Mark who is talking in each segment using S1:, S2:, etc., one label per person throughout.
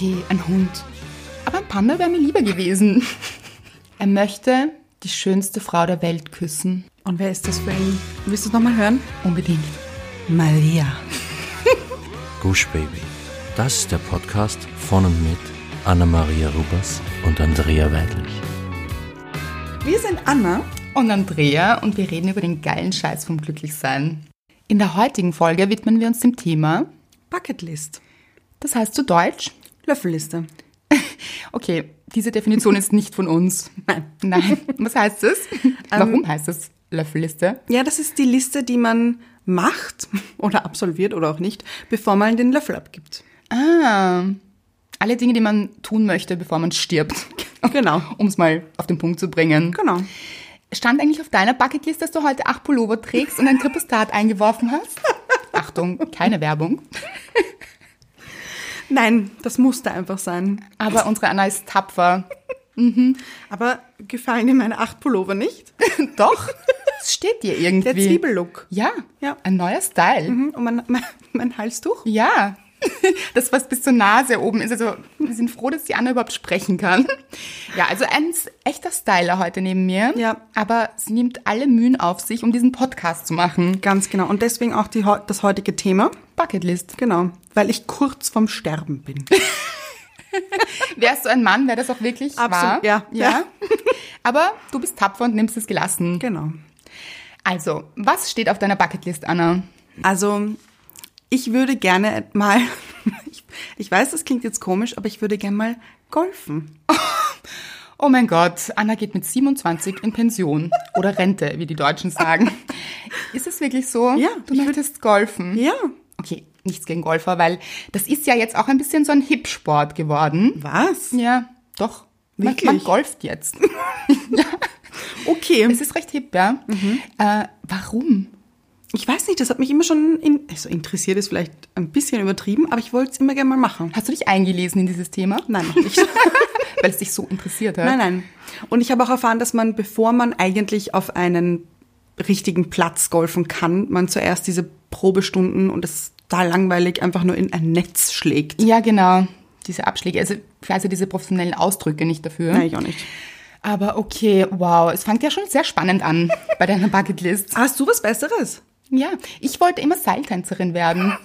S1: lieber Hund. Aber ein Panda wäre mir lieber gewesen. Er möchte die schönste Frau der Welt küssen.
S2: Und wer ist das für ihn? Willst du es nochmal hören?
S1: Unbedingt.
S2: Maria.
S3: Gush Baby. Das ist der Podcast von und mit Anna-Maria Rubers und Andrea Weidlich.
S2: Wir sind Anna.
S1: Und Andrea und wir reden über den geilen Scheiß vom Glücklichsein. In der heutigen Folge widmen wir uns dem Thema,
S2: Bucketlist.
S1: das heißt zu Deutsch,
S2: Löffelliste.
S1: okay, diese Definition ist nicht von uns.
S2: Nein.
S1: Nein. Was heißt es? Warum heißt es Löffelliste?
S2: Ja, das ist die Liste, die man macht oder absolviert oder auch nicht, bevor man den Löffel abgibt.
S1: Ah, alle Dinge, die man tun möchte, bevor man stirbt.
S2: Genau.
S1: Um es mal auf den Punkt zu bringen.
S2: Genau.
S1: Stand eigentlich auf deiner Bucketlist, dass du heute acht Pullover trägst und ein Krippestat eingeworfen hast? Achtung, keine Werbung.
S2: Nein, das musste einfach sein.
S1: Aber unsere Anna ist tapfer.
S2: Aber gefallen dir meine acht Pullover nicht?
S1: Doch, es steht dir irgendwie.
S2: Der Zwiebellook.
S1: Ja,
S2: Ja.
S1: ein neuer Style.
S2: Mhm, Und mein, mein, mein Halstuch?
S1: Ja, das, was bis zur Nase oben ist. Also wir sind froh, dass die Anna überhaupt sprechen kann. Ja, also ein s- echter Styler heute neben mir.
S2: Ja.
S1: Aber sie nimmt alle Mühen auf sich, um diesen Podcast zu machen.
S2: Ganz genau. Und deswegen auch die, heu- das heutige Thema.
S1: Bucketlist.
S2: Genau. Weil ich kurz vorm Sterben bin.
S1: Wärst du ein Mann, wäre das auch wirklich wahr.
S2: Absolut, ja.
S1: ja. Aber du bist tapfer und nimmst es gelassen.
S2: genau.
S1: Also, was steht auf deiner Bucketlist, Anna?
S2: Also, ich würde gerne mal, ich, ich weiß, das klingt jetzt komisch, aber ich würde gerne mal golfen.
S1: Oh mein Gott, Anna geht mit 27 in Pension oder Rente, wie die Deutschen sagen. Ist es wirklich so?
S2: Ja,
S1: Du möchtest golfen.
S2: Ja.
S1: Okay, nichts gegen Golfer, weil das ist ja jetzt auch ein bisschen so ein Hip-Sport geworden.
S2: Was?
S1: Ja, doch. Man,
S2: Wirklich?
S1: man golft jetzt.
S2: Okay.
S1: Es ist recht hip, ja. Äh, warum?
S2: Ich weiß nicht, das hat mich immer schon in, also interessiert, ist vielleicht ein bisschen übertrieben, aber ich wollte es immer gerne mal machen.
S1: Hast du dich eingelesen in dieses Thema?
S2: Nein, noch nicht.
S1: Weil es dich so interessiert hat.
S2: nein, nein. Und ich habe auch erfahren, dass man, bevor man eigentlich auf einen richtigen Platz golfen kann, man zuerst diese Probestunden und das da langweilig einfach nur in ein Netz schlägt.
S1: Ja, genau. Diese Abschläge. Also, ich weiß ja diese professionellen Ausdrücke nicht dafür.
S2: Nein, ich auch nicht.
S1: Aber okay, wow. Es fängt ja schon sehr spannend an bei deiner Bucketlist.
S2: Hast du was Besseres?
S1: Ja, ich wollte immer Seiltänzerin werden.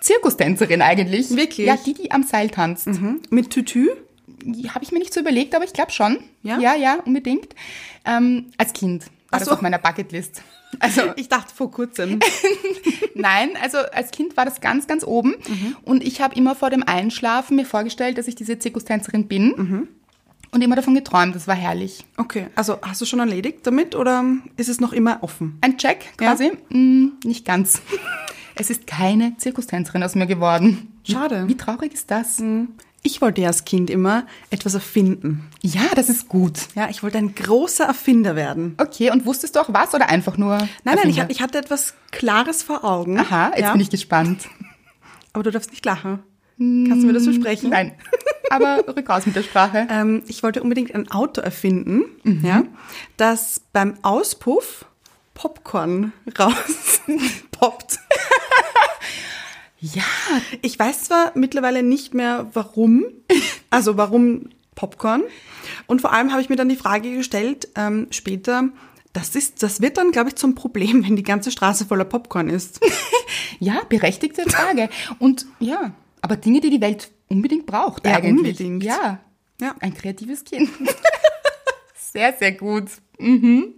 S1: Zirkustänzerin eigentlich.
S2: Wirklich? Mhm.
S1: Ja, die, die am Seil tanzt.
S2: Hm? Mit Tütü?
S1: Habe ich mir nicht so überlegt, aber ich glaube schon.
S2: Ja?
S1: Ja, ja, unbedingt. Ähm, als Kind war
S2: Ach
S1: das
S2: so.
S1: auf meiner Bucketlist. Also
S2: Ich dachte vor kurzem.
S1: nein, also als Kind war das ganz, ganz oben.
S2: Mhm.
S1: Und ich habe immer vor dem Einschlafen mir vorgestellt, dass ich diese Zirkustänzerin bin.
S2: Mhm.
S1: Und immer davon geträumt, das war herrlich.
S2: Okay, also hast du schon erledigt damit oder ist es noch immer offen?
S1: Ein Check
S2: Ja.
S1: quasi. Hm, nicht ganz. Es ist keine Zirkustänzerin aus mir geworden.
S2: Schade. Mhm.
S1: Wie traurig ist das?
S2: Ich wollte ja als Kind immer etwas erfinden.
S1: Ja, das ist gut.
S2: Ja, ich wollte ein großer Erfinder werden.
S1: Okay, und wusstest du auch was oder einfach nur?
S2: Nein, nein, ich,
S1: Erfinder?
S2: ha- ich hatte etwas Klares vor Augen.
S1: Aha, jetzt
S2: ja.
S1: bin ich gespannt.
S2: Aber du darfst nicht lachen. Kannst du mir das versprechen?
S1: Nein. Aber rück raus mit der Sprache.
S2: Ähm, ich wollte unbedingt ein Auto erfinden,
S1: Mhm.
S2: ja, das beim Auspuff Popcorn raus poppt.
S1: Ja,
S2: Ich weiß zwar mittlerweile nicht mehr, warum, also warum Popcorn. Und vor allem habe ich mir dann die Frage gestellt, ähm, später, das, ist, das wird dann, glaube ich, zum Problem, wenn die ganze Straße voller Popcorn ist.
S1: ja, berechtigte Frage. Und ja, aber Dinge, die die Welt unbedingt braucht
S2: Ja,
S1: eigentlich.
S2: unbedingt.
S1: Ja,
S2: Ja.
S1: ein kreatives Kind. sehr, sehr gut. Mhm.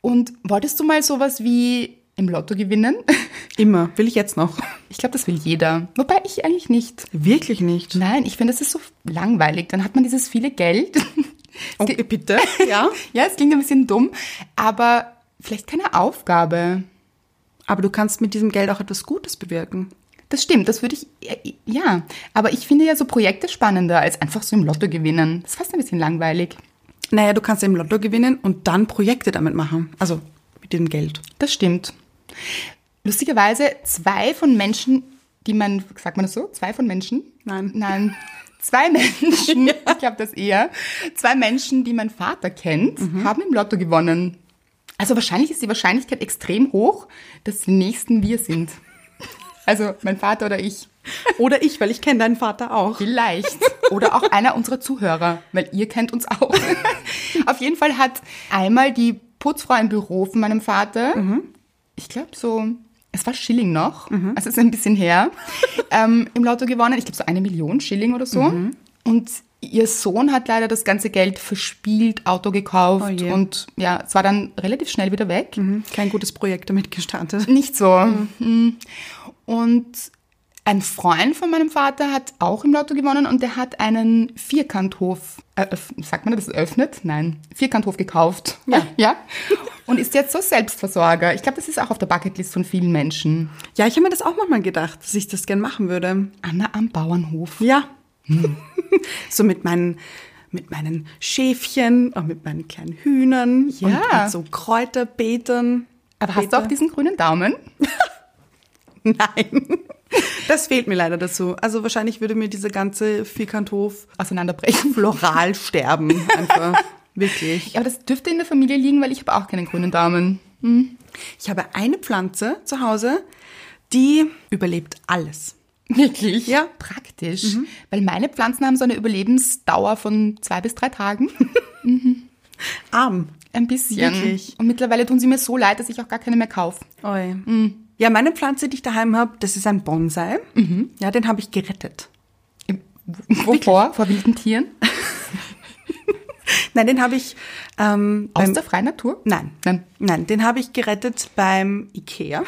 S1: Und wolltest du mal sowas wie im Lotto gewinnen?
S2: Immer. Will ich jetzt noch?
S1: Ich glaube, das will jeder. Wobei ich eigentlich nicht.
S2: Wirklich nicht.
S1: Nein, ich finde, das ist so langweilig. Dann hat man dieses viele Geld.
S2: Okay, Oh, bitte. Ja.
S1: ja, es klingt ein bisschen dumm, aber vielleicht keine Aufgabe.
S2: Aber du kannst mit diesem Geld auch etwas Gutes bewirken.
S1: Das stimmt, das würde ich, ja. Aber ich finde ja so Projekte spannender, als einfach so im Lotto gewinnen. Das ist fast ein bisschen langweilig.
S2: Naja, du kannst im Lotto gewinnen und dann Projekte damit machen. Also mit dem Geld.
S1: Das stimmt. Lustigerweise, zwei von Menschen, die man, sagt man das so? Zwei von Menschen?
S2: Nein.
S1: Nein. Zwei Menschen, ich glaube das eher, zwei Menschen, die mein Vater kennt, haben im Lotto gewonnen. Also wahrscheinlich ist die Wahrscheinlichkeit extrem hoch, dass die Nächsten wir sind. Also mein Vater oder ich.
S2: Oder ich, weil ich kenne deinen Vater auch.
S1: Vielleicht. Oder auch einer unserer Zuhörer, weil ihr kennt uns auch. Auf jeden Fall hat einmal die Putzfrau im Büro von meinem Vater,
S2: Mhm.
S1: ich glaube so, es war Schilling noch, also es ist ein bisschen her, ähm, im Lotto gewonnen. Ich glaube so eine Million Schilling oder so.
S2: Mhm.
S1: Und ihr Sohn hat leider das ganze Geld verspielt, Auto
S2: Oh
S1: gekauft
S2: je.
S1: und ja, es war dann relativ schnell wieder weg.
S2: Kein gutes Projekt damit gestartet.
S1: Nicht so. Mhm. Und ein Freund von meinem Vater hat auch im Lotto gewonnen und der hat einen Vierkanthof, eröff- sagt man das, eröffnet? Nein, Vierkanthof gekauft.
S2: Ja.
S1: ja. Und ist jetzt so Selbstversorger. Ich glaube, das ist auch auf der Bucketlist von vielen Menschen.
S2: Ja, ich habe mir das auch manchmal gedacht, dass ich das gern machen würde.
S1: Anna am Bauernhof.
S2: Ja.
S1: Hm.
S2: so mit meinen, mit meinen Schäfchen und mit meinen kleinen Hühnern
S1: Ja.
S2: und mit so Kräuterbeeten.
S1: Aber hast du auch diesen grünen Daumen?
S2: Nein. Das fehlt mir leider dazu. Also wahrscheinlich würde mir diese ganze Vierkanthof
S1: Auseinanderbrechen.
S2: floral sterben. Einfach. Wirklich.
S1: Ja, aber das dürfte in der Familie liegen, weil ich habe auch keinen grünen Daumen.
S2: Ich habe eine Pflanze zu Hause, die überlebt alles.
S1: Wirklich?
S2: Ja.
S1: Praktisch. Weil meine Pflanzen haben so eine Überlebensdauer von zwei bis drei Tagen.
S2: Arm.
S1: Ein bisschen.
S2: Wirklich?
S1: Und mittlerweile tun sie mir so leid, dass ich auch gar keine mehr kaufe.
S2: Oi. Hm. Ja, meine Pflanze, die ich daheim habe, das ist ein Bonsai.
S1: Mhm.
S2: Ja, den habe ich gerettet.
S1: Wovor? Vor wilden Tieren?
S2: Nein, den habe ich ähm,
S1: Aus
S2: beim,
S1: der freien Natur?
S2: Nein.
S1: Nein.
S2: Nein, den habe ich gerettet beim Ikea.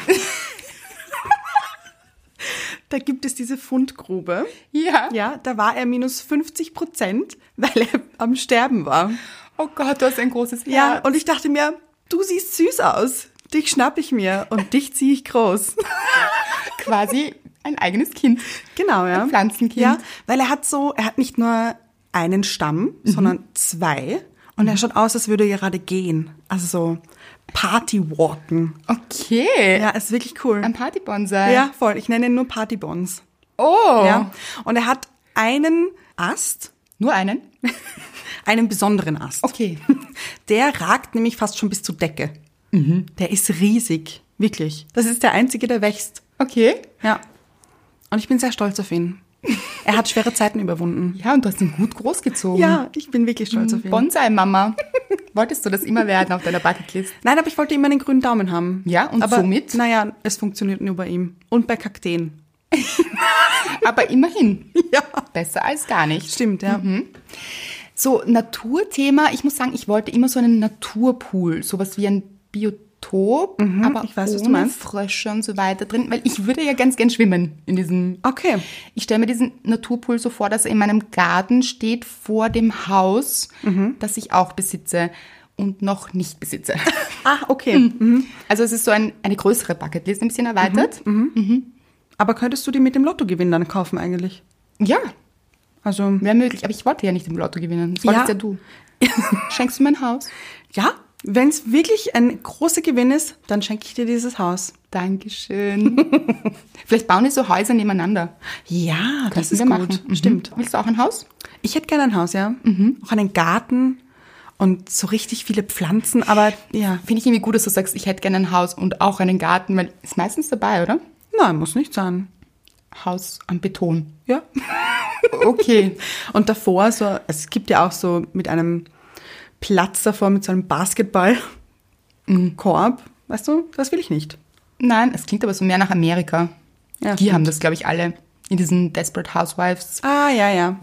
S2: da gibt es diese Fundgrube.
S1: Ja.
S2: Ja, da war er minus 50 Prozent, weil er am Sterben war.
S1: Oh Gott, du hast ein großes
S2: Ja,
S1: Herz.
S2: und ich dachte mir, du siehst süß aus. Dich schnapp ich mir und dich ziehe ich groß.
S1: quasi ein eigenes Kind.
S2: Genau, ja.
S1: Ein Pflanzenkind.
S2: Ja, weil er hat so, er hat nicht nur einen
S1: Mhm.
S2: Stamm, sondern zwei. Und er schaut aus, als würde er gerade gehen. Also so Partywalken.
S1: Okay.
S2: Ja, ist wirklich cool.
S1: Ein Partybonsai.
S2: Ja, voll. Ich nenne ihn nur Partybons.
S1: Oh.
S2: Ja. Und er hat einen Ast,
S1: Nur einen?
S2: einen besonderen Ast.
S1: Okay.
S2: Der ragt nämlich fast schon bis zur Decke. Der ist riesig, wirklich. Das ist der einzige, der wächst.
S1: Okay.
S2: Ja. Und ich bin sehr stolz auf ihn. Er hat schwere Zeiten überwunden. Mhm.
S1: Ja, und du hast ihn gut großgezogen.
S2: Ja, ich bin wirklich stolz auf ihn.
S1: Bonsai-Mama. Wolltest du das immer werden auf deiner Bucketlist?
S2: Nein, aber ich wollte immer einen grünen Daumen haben.
S1: Ja, und
S2: aber,
S1: somit?
S2: Naja, es funktioniert nur bei ihm. Und bei Kakteen.
S1: Aber immerhin.
S2: Ja.
S1: Besser als gar nicht.
S2: Stimmt, ja.
S1: So, Naturthema, ich muss sagen, ich wollte immer so einen Naturpool, sowas wie ein Biotop, aber
S2: Mhm, ich weiß,
S1: ohne
S2: was du meinst.
S1: Frösche und so weiter drin, weil ich würde ja ganz gern schwimmen in diesem.
S2: Okay.
S1: Ich stelle mir diesen Naturpool so vor, dass er in meinem Garten steht, vor dem Haus,
S2: Mhm.
S1: das ich auch besitze und noch nicht besitze.
S2: Ah, okay.
S1: Also es ist so ein, eine größere Bucketlist, ein bisschen erweitert.
S2: Mhm, Aber könntest du die mit dem Lottogewinn dann kaufen eigentlich?
S1: Ja,
S2: Also,
S1: wäre möglich, aber ich wollte ja nicht im Lotto gewinnen. Das wolltest ja,
S2: Ja.
S1: du. Schenkst du mein Haus?
S2: ja, wenn es wirklich ein großer Gewinn ist, dann schenke ich dir dieses Haus.
S1: Dankeschön. Vielleicht bauen wir so Häuser nebeneinander.
S2: Ja, das
S1: Könnten
S2: ist
S1: wir
S2: gut.
S1: machen. Mhm.
S2: Stimmt.
S1: Willst du auch ein Haus?
S2: Ich hätte gerne ein Haus, ja. Auch einen Garten und so richtig viele Pflanzen, aber ja.
S1: Finde ich irgendwie gut, dass du sagst, ich hätte gerne ein Haus und auch einen Garten, weil ist meistens dabei, oder?
S2: Nein, muss nicht sein.
S1: Haus am Beton.
S2: Ja.
S1: Okay.
S2: Und davor so, es gibt ja auch so mit einem Platz davor, mit so einem Basketballkorb.
S1: Mhm.
S2: Weißt du, das will ich nicht.
S1: Nein, es klingt aber so mehr nach Amerika.
S2: Ja,
S1: Die haben das, glaube ich, alle in diesen Desperate Housewives
S2: Ah, ja, ja.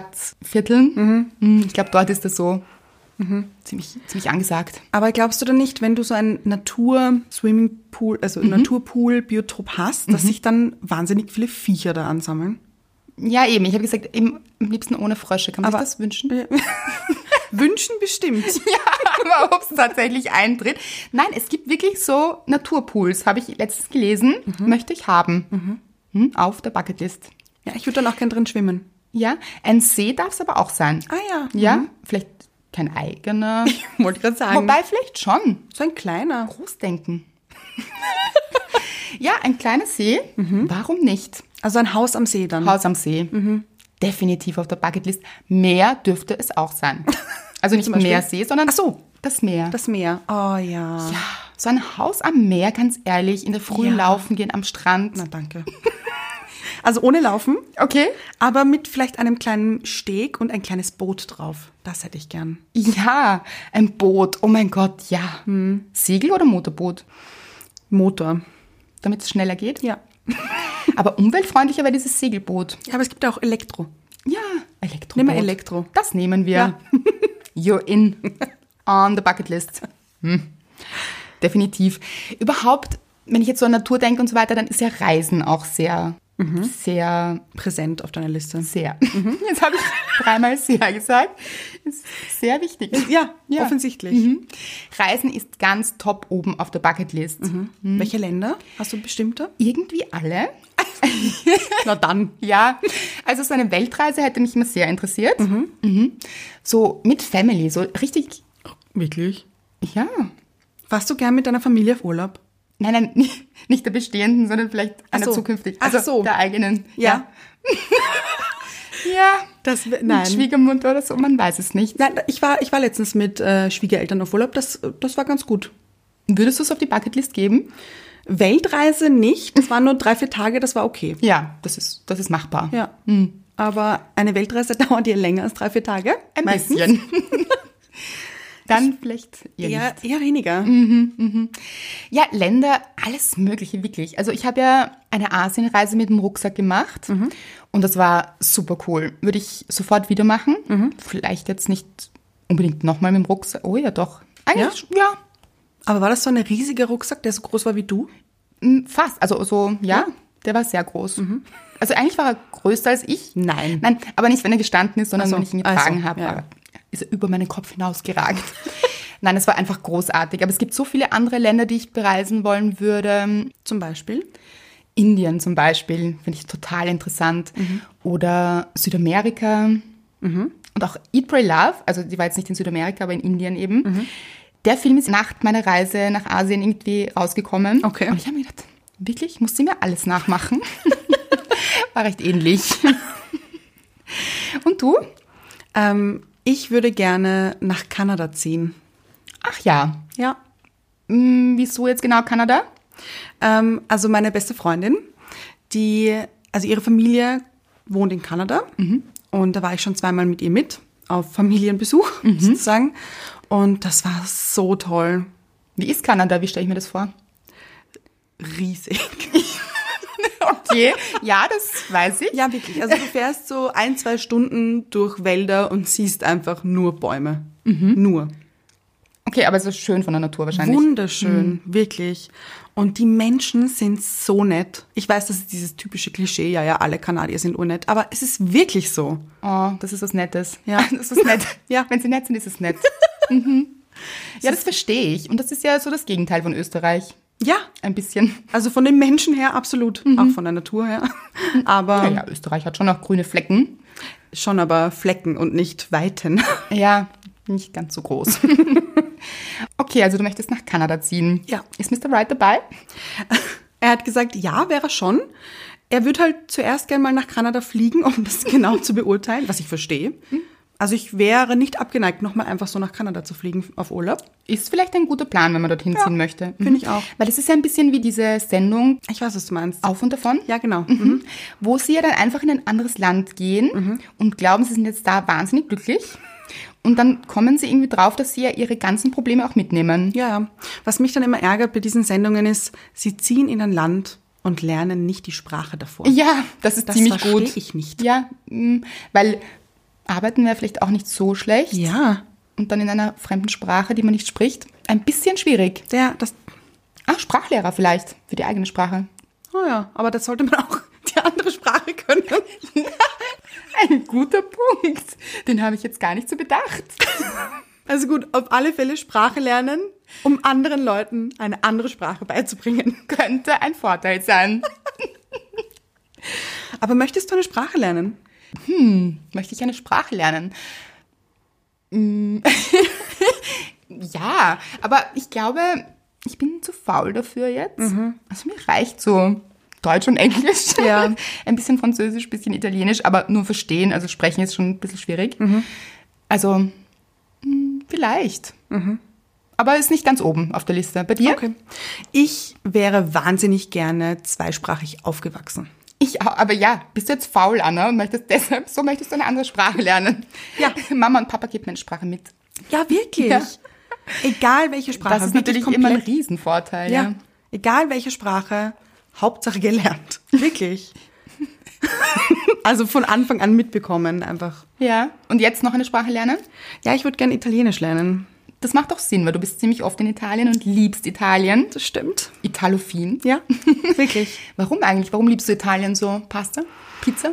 S1: Vorstadtvierteln. Mhm. Ich glaube, dort ist das so ziemlich, ziemlich angesagt.
S2: Aber glaubst du denn nicht, wenn du so einen Natur-Swimmingpool, also Naturpool-Biotop hast, dass sich dann wahnsinnig viele Viecher da ansammeln?
S1: Ja, eben. Ich habe gesagt, eben, am liebsten ohne Frösche. Kann man
S2: Aber-
S1: sich das wünschen?
S2: Wünschen bestimmt.
S1: Ja, aber ob es tatsächlich eintritt. Nein, es gibt wirklich so Naturpools, habe ich letztens gelesen,
S2: Mhm.
S1: möchte ich haben. Hm, auf der Bucketlist.
S2: Ja, ich würde dann auch gern drin schwimmen.
S1: Ja, ein See darf es aber auch sein.
S2: Ah ja.
S1: Ja, vielleicht kein eigener.
S2: Wollte gerade sagen.
S1: Wobei vielleicht schon.
S2: so ein kleiner.
S1: Großdenken. ja, ein kleiner See.
S2: Mhm.
S1: Warum nicht?
S2: Also ein Haus am See dann.
S1: Haus am See.
S2: Mhm.
S1: Definitiv auf der Bucketlist. Meer dürfte es auch sein. Also nicht mehr See, sondern
S2: Ach so.
S1: das Meer.
S2: Das Meer. Oh ja.
S1: Ja, so ein Haus am Meer, ganz ehrlich, in der Früh
S2: Ja.
S1: laufen gehen am Strand.
S2: Na danke. Also ohne Laufen,
S1: Okay.
S2: aber mit vielleicht einem kleinen Steg und ein kleines Boot drauf. Das hätte ich gern.
S1: Ja, ein Boot. Oh mein Gott, ja. Segel oder Motorboot?
S2: Hm. Motor.
S1: Damit es schneller geht.
S2: Ja.
S1: Aber umweltfreundlicher wäre dieses Segelboot.
S2: Ja, aber es gibt ja auch Elektro.
S1: Ja, Elektro.
S2: Nimm mal Elektro.
S1: Das nehmen wir. You're in. On the bucket list. Hm. Definitiv. Überhaupt, wenn ich jetzt so an Natur denke und so weiter, dann ist ja Reisen auch sehr,
S2: Mhm.
S1: sehr,
S2: Präsent auf deiner Liste.
S1: sehr.
S2: Mhm.
S1: Jetzt habe ich dreimal sehr gesagt. Ist sehr wichtig.
S2: Ja, offensichtlich.
S1: Mhm. Reisen ist ganz top oben auf der Bucketlist.
S2: Mhm. Welche Länder? Hast du bestimmte?
S1: Irgendwie alle.
S2: Na dann.
S1: Ja, also so eine Weltreise hätte mich immer sehr interessiert. Mhm. So mit Family, so richtig,
S2: Wirklich?
S1: ja.
S2: Warst du gern mit deiner Familie auf Urlaub?
S1: Nein, nein, nicht- nicht der bestehenden, sondern vielleicht einer
S2: so.
S1: zukünftigen.
S2: Ach
S1: Also
S2: so.
S1: der eigenen.
S2: Ja.
S1: Ja, ja.
S2: Das, wär-
S1: mit Schwiegermutter oder so, man weiß es nicht.
S2: Nein, ich war, ich war letztens mit äh, Schwiegereltern auf Urlaub. Das, das war ganz gut.
S1: Würdest du es auf die Bucketlist geben?
S2: Weltreise nicht. Es waren nur drei, vier Tage. Das war okay.
S1: Ja, das ist, das ist machbar.
S2: Ja. Aber eine Weltreise dauert ja länger als drei, vier Tage.
S1: Ein
S2: meistens.
S1: bisschen. Dann vielleicht eher nicht.
S2: Eher, eher weniger.
S1: Ja, Länder, alles Mögliche, wirklich. Also ich habe ja eine Asienreise mit dem Rucksack gemacht und das war super cool. Würde ich sofort wieder machen. Vielleicht jetzt nicht unbedingt nochmal mit dem Rucksack. Oh ja, doch. Eigentlich, ja,
S2: Aber war das so ein riesiger Rucksack, der so groß war wie du?
S1: m, fast. Also so, ja, der war sehr groß. Also eigentlich war er größer als ich.
S2: Mhm. Nein.
S1: Nein, aber nicht, wenn er gestanden ist, sondern
S2: Ach so,
S1: wenn ich ihn
S2: also,
S1: getragen habe.
S2: ja.
S1: Aber Ist er über meinen Kopf hinausgeragt. Nein, es war einfach großartig. Aber es gibt so viele andere Länder, die ich bereisen wollen würde.
S2: Zum Beispiel.
S1: Indien zum Beispiel, finde ich total interessant.
S2: Mhm.
S1: Oder Südamerika. Und auch Eat, Pray, Love, also die war jetzt nicht in Südamerika, aber in Indien eben.
S2: Mhm.
S1: Der Film ist nach meiner Reise nach Asien irgendwie rausgekommen.
S2: Okay.
S1: Und ich habe mir gedacht, wirklich, ich musste mir alles nachmachen. war recht ähnlich. Und du?
S2: Ähm, ich würde gerne nach Kanada ziehen.
S1: Ach ja.
S2: Ja.
S1: Hm, wieso jetzt genau Kanada?
S2: Ähm, also meine beste Freundin, die, also ihre Familie wohnt in Kanada und da war ich schon zweimal mit ihr mit auf Familienbesuch sozusagen und das war so toll,
S1: Wie ist Kanada? Wie stelle ich mir das vor?
S2: riesig.
S1: Okay, ja, das weiß ich.
S2: Ja, wirklich. Also du fährst so ein, zwei Stunden durch Wälder und siehst einfach nur Bäume. Nur.
S1: Okay, aber es ist schön von der Natur wahrscheinlich.
S2: Wunderschön, wirklich. Und die Menschen sind so nett. Ich weiß, das ist dieses typische Klischee, ja, ja, alle Kanadier sind unnett, aber es ist wirklich so.
S1: Oh, das ist was Nettes.
S2: Ah. Ja.
S1: Das ist was nett.
S2: Ja.
S1: Wenn sie nett sind, ist es nett. mhm. Ja, das verstehe ich. Und das ist ja so das Gegenteil von Österreich.
S2: Ja,
S1: Ein bisschen.
S2: Also von den Menschen her absolut, auch von der Natur her. Aber
S1: Naja, Österreich hat schon noch grüne Flecken.
S2: schon aber Flecken und nicht Weiten.
S1: Ja, nicht ganz so groß. okay, also du möchtest nach Kanada ziehen.
S2: Ja.
S1: Ist Mr. Wright dabei?
S2: Er hat gesagt, ja, wäre schon. Er würde halt zuerst gerne mal nach Kanada fliegen, um das genau zu beurteilen, was ich verstehe. Also ich wäre nicht abgeneigt, nochmal einfach so nach Kanada zu fliegen auf Urlaub.
S1: Ist vielleicht ein guter Plan, wenn man dorthin
S2: Ja,
S1: ziehen möchte. Mhm.
S2: finde ich auch.
S1: Weil es ist ja ein bisschen wie diese Sendung
S2: Ich weiß, was du meinst.
S1: Auf und Davon.
S2: Ja, genau.
S1: Mhm. Wo sie ja dann einfach in ein anderes Land gehen
S2: Mhm.
S1: und glauben, sie sind jetzt da wahnsinnig glücklich. Und dann kommen sie irgendwie drauf, dass sie ja ihre ganzen Probleme auch mitnehmen.
S2: Ja, ja. Was mich dann immer ärgert bei diesen Sendungen ist, sie ziehen in ein Land und lernen nicht die Sprache davor.
S1: Ja, das ist
S2: Das
S1: ziemlich
S2: verstehe
S1: gut.
S2: ich nicht.
S1: Ja, mm, weil arbeiten wäre vielleicht auch nicht so schlecht.
S2: Ja,
S1: Und dann in einer fremden Sprache, die man nicht spricht, ein bisschen schwierig.
S2: der, das,
S1: Ach, Sprachlehrer vielleicht für die eigene Sprache.
S2: oh ja, aber das sollte man auch die andere Sprache können.
S1: Ein guter Punkt. Den habe ich jetzt gar nicht so bedacht.
S2: Also gut, auf alle Fälle Sprache lernen, um anderen Leuten eine andere Sprache beizubringen.
S1: Könnte ein Vorteil sein.
S2: Aber möchtest du eine Sprache lernen?
S1: Möchte ich eine Sprache lernen? Mm. ja, aber ich glaube, ich bin zu faul dafür jetzt. Also mir reicht so Deutsch und Englisch.
S2: Mhm. Ja.
S1: ein bisschen Französisch, ein bisschen Italienisch, aber nur verstehen, also sprechen ist schon ein bisschen schwierig.
S2: Mhm.
S1: Also mm, vielleicht.
S2: Mhm.
S1: Aber ist nicht ganz oben auf der Liste. Bei dir?
S2: Ich wäre wahnsinnig gerne zweisprachig aufgewachsen.
S1: Ich auch, aber ja, bist du jetzt faul, Anna, und möchtest deshalb, so möchtest du eine andere Sprache lernen.
S2: Ja.
S1: Mama und Papa geben mir eine Sprache mit.
S2: Ja, wirklich.
S1: Ja.
S2: Egal welche Sprache.
S1: das ist
S2: wirklich
S1: natürlich immer ein
S2: komplett.
S1: Riesenvorteil.
S2: Ja. Egal welche Sprache, Hauptsache gelernt. Wirklich. also von Anfang an mitbekommen einfach.
S1: ja. Ja. Und jetzt noch eine Sprache lernen?
S2: Ja, ich würde gerne Italienisch lernen.
S1: Das macht auch Sinn, weil du bist ziemlich oft in Italien und liebst Italien.
S2: Das stimmt.
S1: Italophin.
S2: Ja, wirklich.
S1: Warum eigentlich? Warum liebst du Italien so? Pasta? Pizza?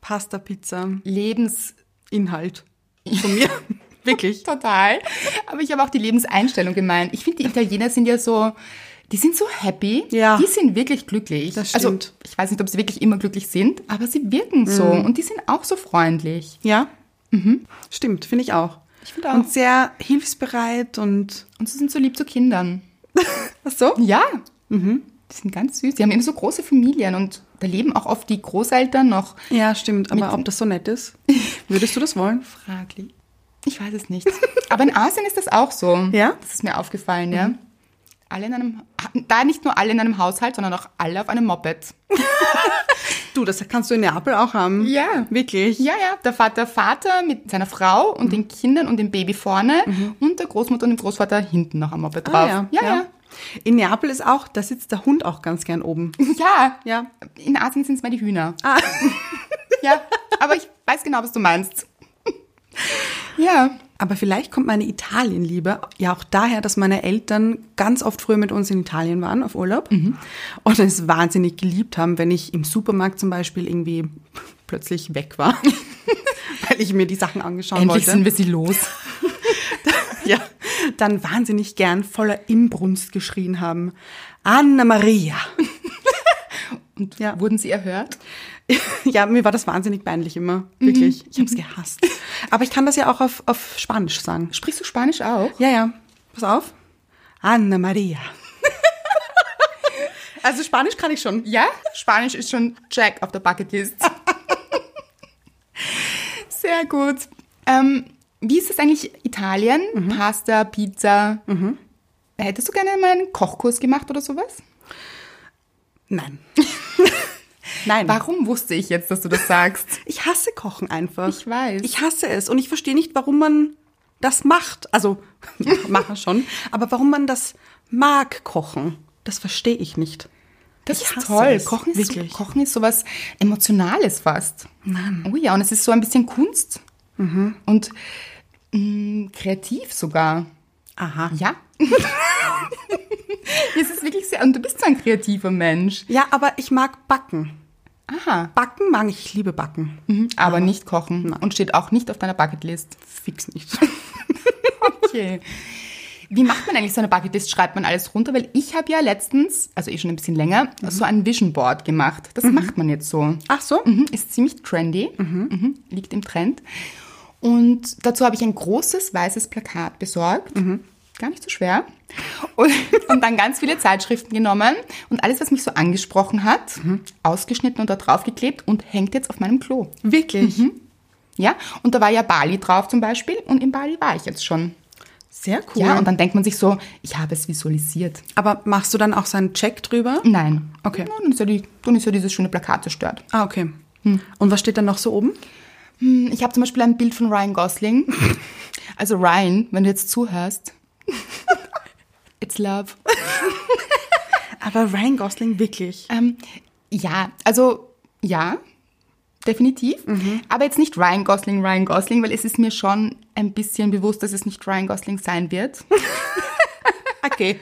S2: Pasta, Pizza,
S1: Lebens...
S2: Inhalt. Von mir. wirklich.
S1: Total. Aber ich habe auch die Lebenseinstellung gemeint. Ich finde, die Italiener sind ja so, die sind so happy.
S2: Ja.
S1: Die sind wirklich glücklich.
S2: Das stimmt. Mhm.
S1: Also, ich weiß nicht, ob sie wirklich immer glücklich sind, aber sie wirken so. Und die sind auch so freundlich.
S2: Ja. Stimmt, finde ich auch.
S1: Mhm. Ich finde auch.
S2: Und sehr hilfsbereit und.
S1: Und sie sind so lieb zu Kindern.
S2: Ach so? Mhm.
S1: Ja. Die sind ganz süß. Die haben immer so große Familien und da leben auch oft die Großeltern noch
S2: Ja, stimmt. Aber ob das so nett ist, würdest du das wollen?
S1: fraglich. Ich weiß es nicht. Aber in Asien ist das auch so.
S2: Ja? Mhm.
S1: Das ist mir aufgefallen, ja. Alle in einem, da nicht nur alle in einem Haushalt, sondern auch alle auf einem Moped.
S2: Du, das kannst du in Neapel auch haben.
S1: Ja.
S2: Wirklich. Mhm.
S1: Ja, ja, der Vater, Vater mit seiner Frau und den Kindern und dem Baby vorne und der Großmutter und dem Großvater hinten noch am Moped drauf.
S2: Ah, ja.
S1: ja, ja.
S2: In Neapel ist auch, da sitzt der Hund auch ganz gern oben.
S1: Ja.
S2: Ja. Ah.
S1: In Asien sind es mehr die Hühner. ja, aber ich weiß genau, was du meinst. ja.
S2: Aber vielleicht kommt meine Italienliebe ja auch daher, dass meine Eltern ganz oft früher mit uns in Italien waren auf Urlaub
S1: Mhm.
S2: und es wahnsinnig geliebt haben, wenn ich im Supermarkt zum Beispiel irgendwie plötzlich weg war, weil ich mir die Sachen angeschaut
S1: Endlich
S2: wollte.
S1: sind wir sie los.
S2: ja, dann wahnsinnig gern voller Inbrunst geschrien haben. Anna Maria.
S1: Und
S2: Ja.
S1: wurden sie erhört?
S2: Ja, mir war das wahnsinnig peinlich immer. Wirklich. Ich habe es gehasst. Aber ich kann das ja auch auf, auf Spanisch sagen.
S1: Sprichst du Spanisch auch?
S2: Ja, ja. Pass auf. Anna Maria. also Spanisch kann ich schon.
S1: Ja, Spanisch ist schon Jack auf der Bucketlist. Sehr gut. Ähm, wie ist es eigentlich Italien?
S2: Mhm.
S1: Pasta, Pizza. Hättest du gerne mal einen Kochkurs gemacht oder sowas?
S2: Nein. Nein.
S1: Warum wusste ich jetzt, dass du das sagst?
S2: Ich hasse Kochen einfach.
S1: Ich weiß.
S2: Ich hasse es und ich verstehe nicht, warum man das macht. Also machen schon, aber warum man das mag kochen, das verstehe ich nicht.
S1: Das
S2: Ich
S1: ist
S2: hasse
S1: toll.
S2: es,
S1: Kochen ist,
S2: wirklich.
S1: So, Kochen ist sowas Emotionales fast. Nein. Oh ja, und es ist so ein bisschen Kunst.
S2: Mhm.
S1: Und mh, kreativ sogar.
S2: Aha.
S1: Ja. es ist wirklich sehr. Und du bist so ein kreativer Mensch.
S2: Ja, aber ich mag backen.
S1: Aha.
S2: Backen mag ich, ich liebe backen.
S1: Mhm. Aber nicht kochen. Und steht auch nicht auf deiner Bucketlist.
S2: Fix nicht.
S1: Okay. Wie macht man eigentlich so eine Bucketlist? Schreibt man alles runter? Weil ich habe ja letztens, also eh schon ein bisschen länger,
S2: Mhm.
S1: so ein Vision Board gemacht. Das macht man jetzt so.
S2: Ach so?
S1: Mhm. Ist ziemlich trendy. Mhm. Liegt im Trend. Und dazu habe ich ein großes weißes Plakat besorgt. Gar nicht so schwer. Und, und dann ganz viele Zeitschriften genommen und alles, was mich so angesprochen hat, ausgeschnitten und da draufgeklebt und hängt jetzt auf meinem Klo.
S2: Wirklich?
S1: Mhm. Ja, und da war ja Bali drauf zum Beispiel und in Bali war ich jetzt schon.
S2: Sehr cool.
S1: Ja, und dann denkt man sich so, ich habe es visualisiert.
S2: aber machst du dann auch so einen Check drüber?
S1: Nein.
S2: Okay.
S1: Na, Dann ist ja, die, dann ist ja dieses schöne Plakat zerstört.
S2: Ah, okay.
S1: Mhm.
S2: Und was steht dann noch so oben?
S1: Hm, Ich habe zum Beispiel ein Bild von Ryan Gosling. Also Ryan, wenn du jetzt zuhörst. It's love.
S2: Aber Ryan Gosling wirklich.
S1: Ähm, ja, also ja, definitiv. Aber jetzt nicht Ryan Gosling, Ryan Gosling, weil es ist mir schon ein bisschen bewusst, dass es nicht Ryan Gosling sein wird.
S2: Okay.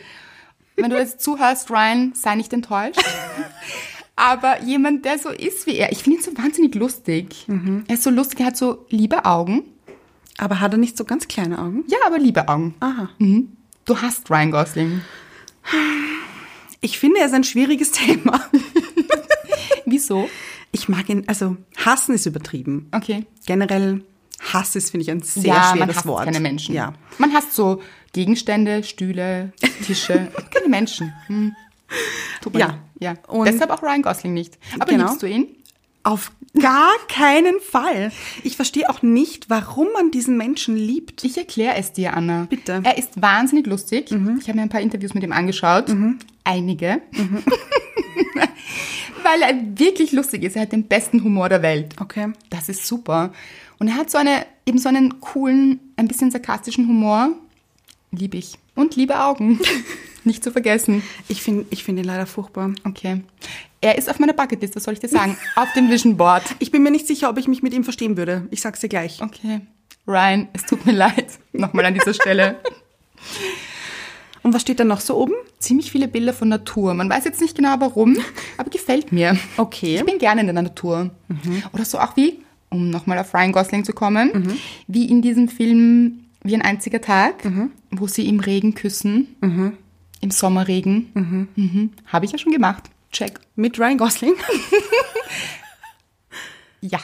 S1: Wenn du jetzt zuhörst, Ryan, sei nicht enttäuscht. Aber jemand, der so ist wie er, ich finde ihn so wahnsinnig lustig. Er ist so lustig, er hat so liebe Augen.
S2: Aber hat er nicht so ganz kleine Augen?
S1: Ja, aber liebe Augen.
S2: Aha.
S1: Mhm. Du hast Ryan Gosling.
S2: Ich finde, er ist ein schwieriges Thema.
S1: Wieso?
S2: Ich mag ihn, also hassen ist übertrieben.
S1: Okay.
S2: Generell Hass ist, finde ich, ein sehr
S1: ja,
S2: schweres
S1: man hasst
S2: Wort.
S1: keine Menschen.
S2: Ja.
S1: Man hasst so Gegenstände, Stühle, Tische, aber keine Menschen. Hm. Tut man
S2: Ja.
S1: nicht. ja.
S2: Und-
S1: Deshalb auch Ryan Gosling nicht. Aber
S2: Genau.
S1: liebst du ihn?
S2: Auf gar keinen Fall. Ich verstehe auch nicht, warum man diesen Menschen liebt.
S1: Ich erkläre es dir, Anna.
S2: Bitte.
S1: Er ist wahnsinnig lustig. Ich habe mir ein paar Interviews mit ihm angeschaut. Einige. weil er wirklich lustig ist. Er hat den besten Humor der Welt.
S2: Okay.
S1: Das ist super. Und er hat so eine, eben so einen coolen, ein bisschen sarkastischen Humor. Lieb ich. Und liebe Augen. Nicht zu vergessen.
S2: Ich finde ich find ihn leider furchtbar.
S1: Okay. Er ist auf meiner Bucketlist, was soll ich dir sagen? auf dem Vision Board.
S2: Ich bin mir nicht sicher, ob ich mich mit ihm verstehen würde. Ich sag's dir gleich.
S1: Okay. Ryan, es tut mir leid. Nochmal an dieser Stelle.
S2: Und was steht da noch so oben?
S1: Ziemlich viele Bilder von Natur. Man weiß jetzt nicht genau warum, aber gefällt mir.
S2: Okay. Mhm.
S1: Ich bin gerne in der Natur. Oder so auch wie, um nochmal auf Ryan Gosling zu kommen, wie in diesem Film Wie ein einziger Tag,
S2: Mhm.
S1: wo sie im Regen küssen. Im Sommerregen. Mhm. Habe ich ja schon gemacht. Check.
S2: Mit Ryan Gosling.
S1: Ja.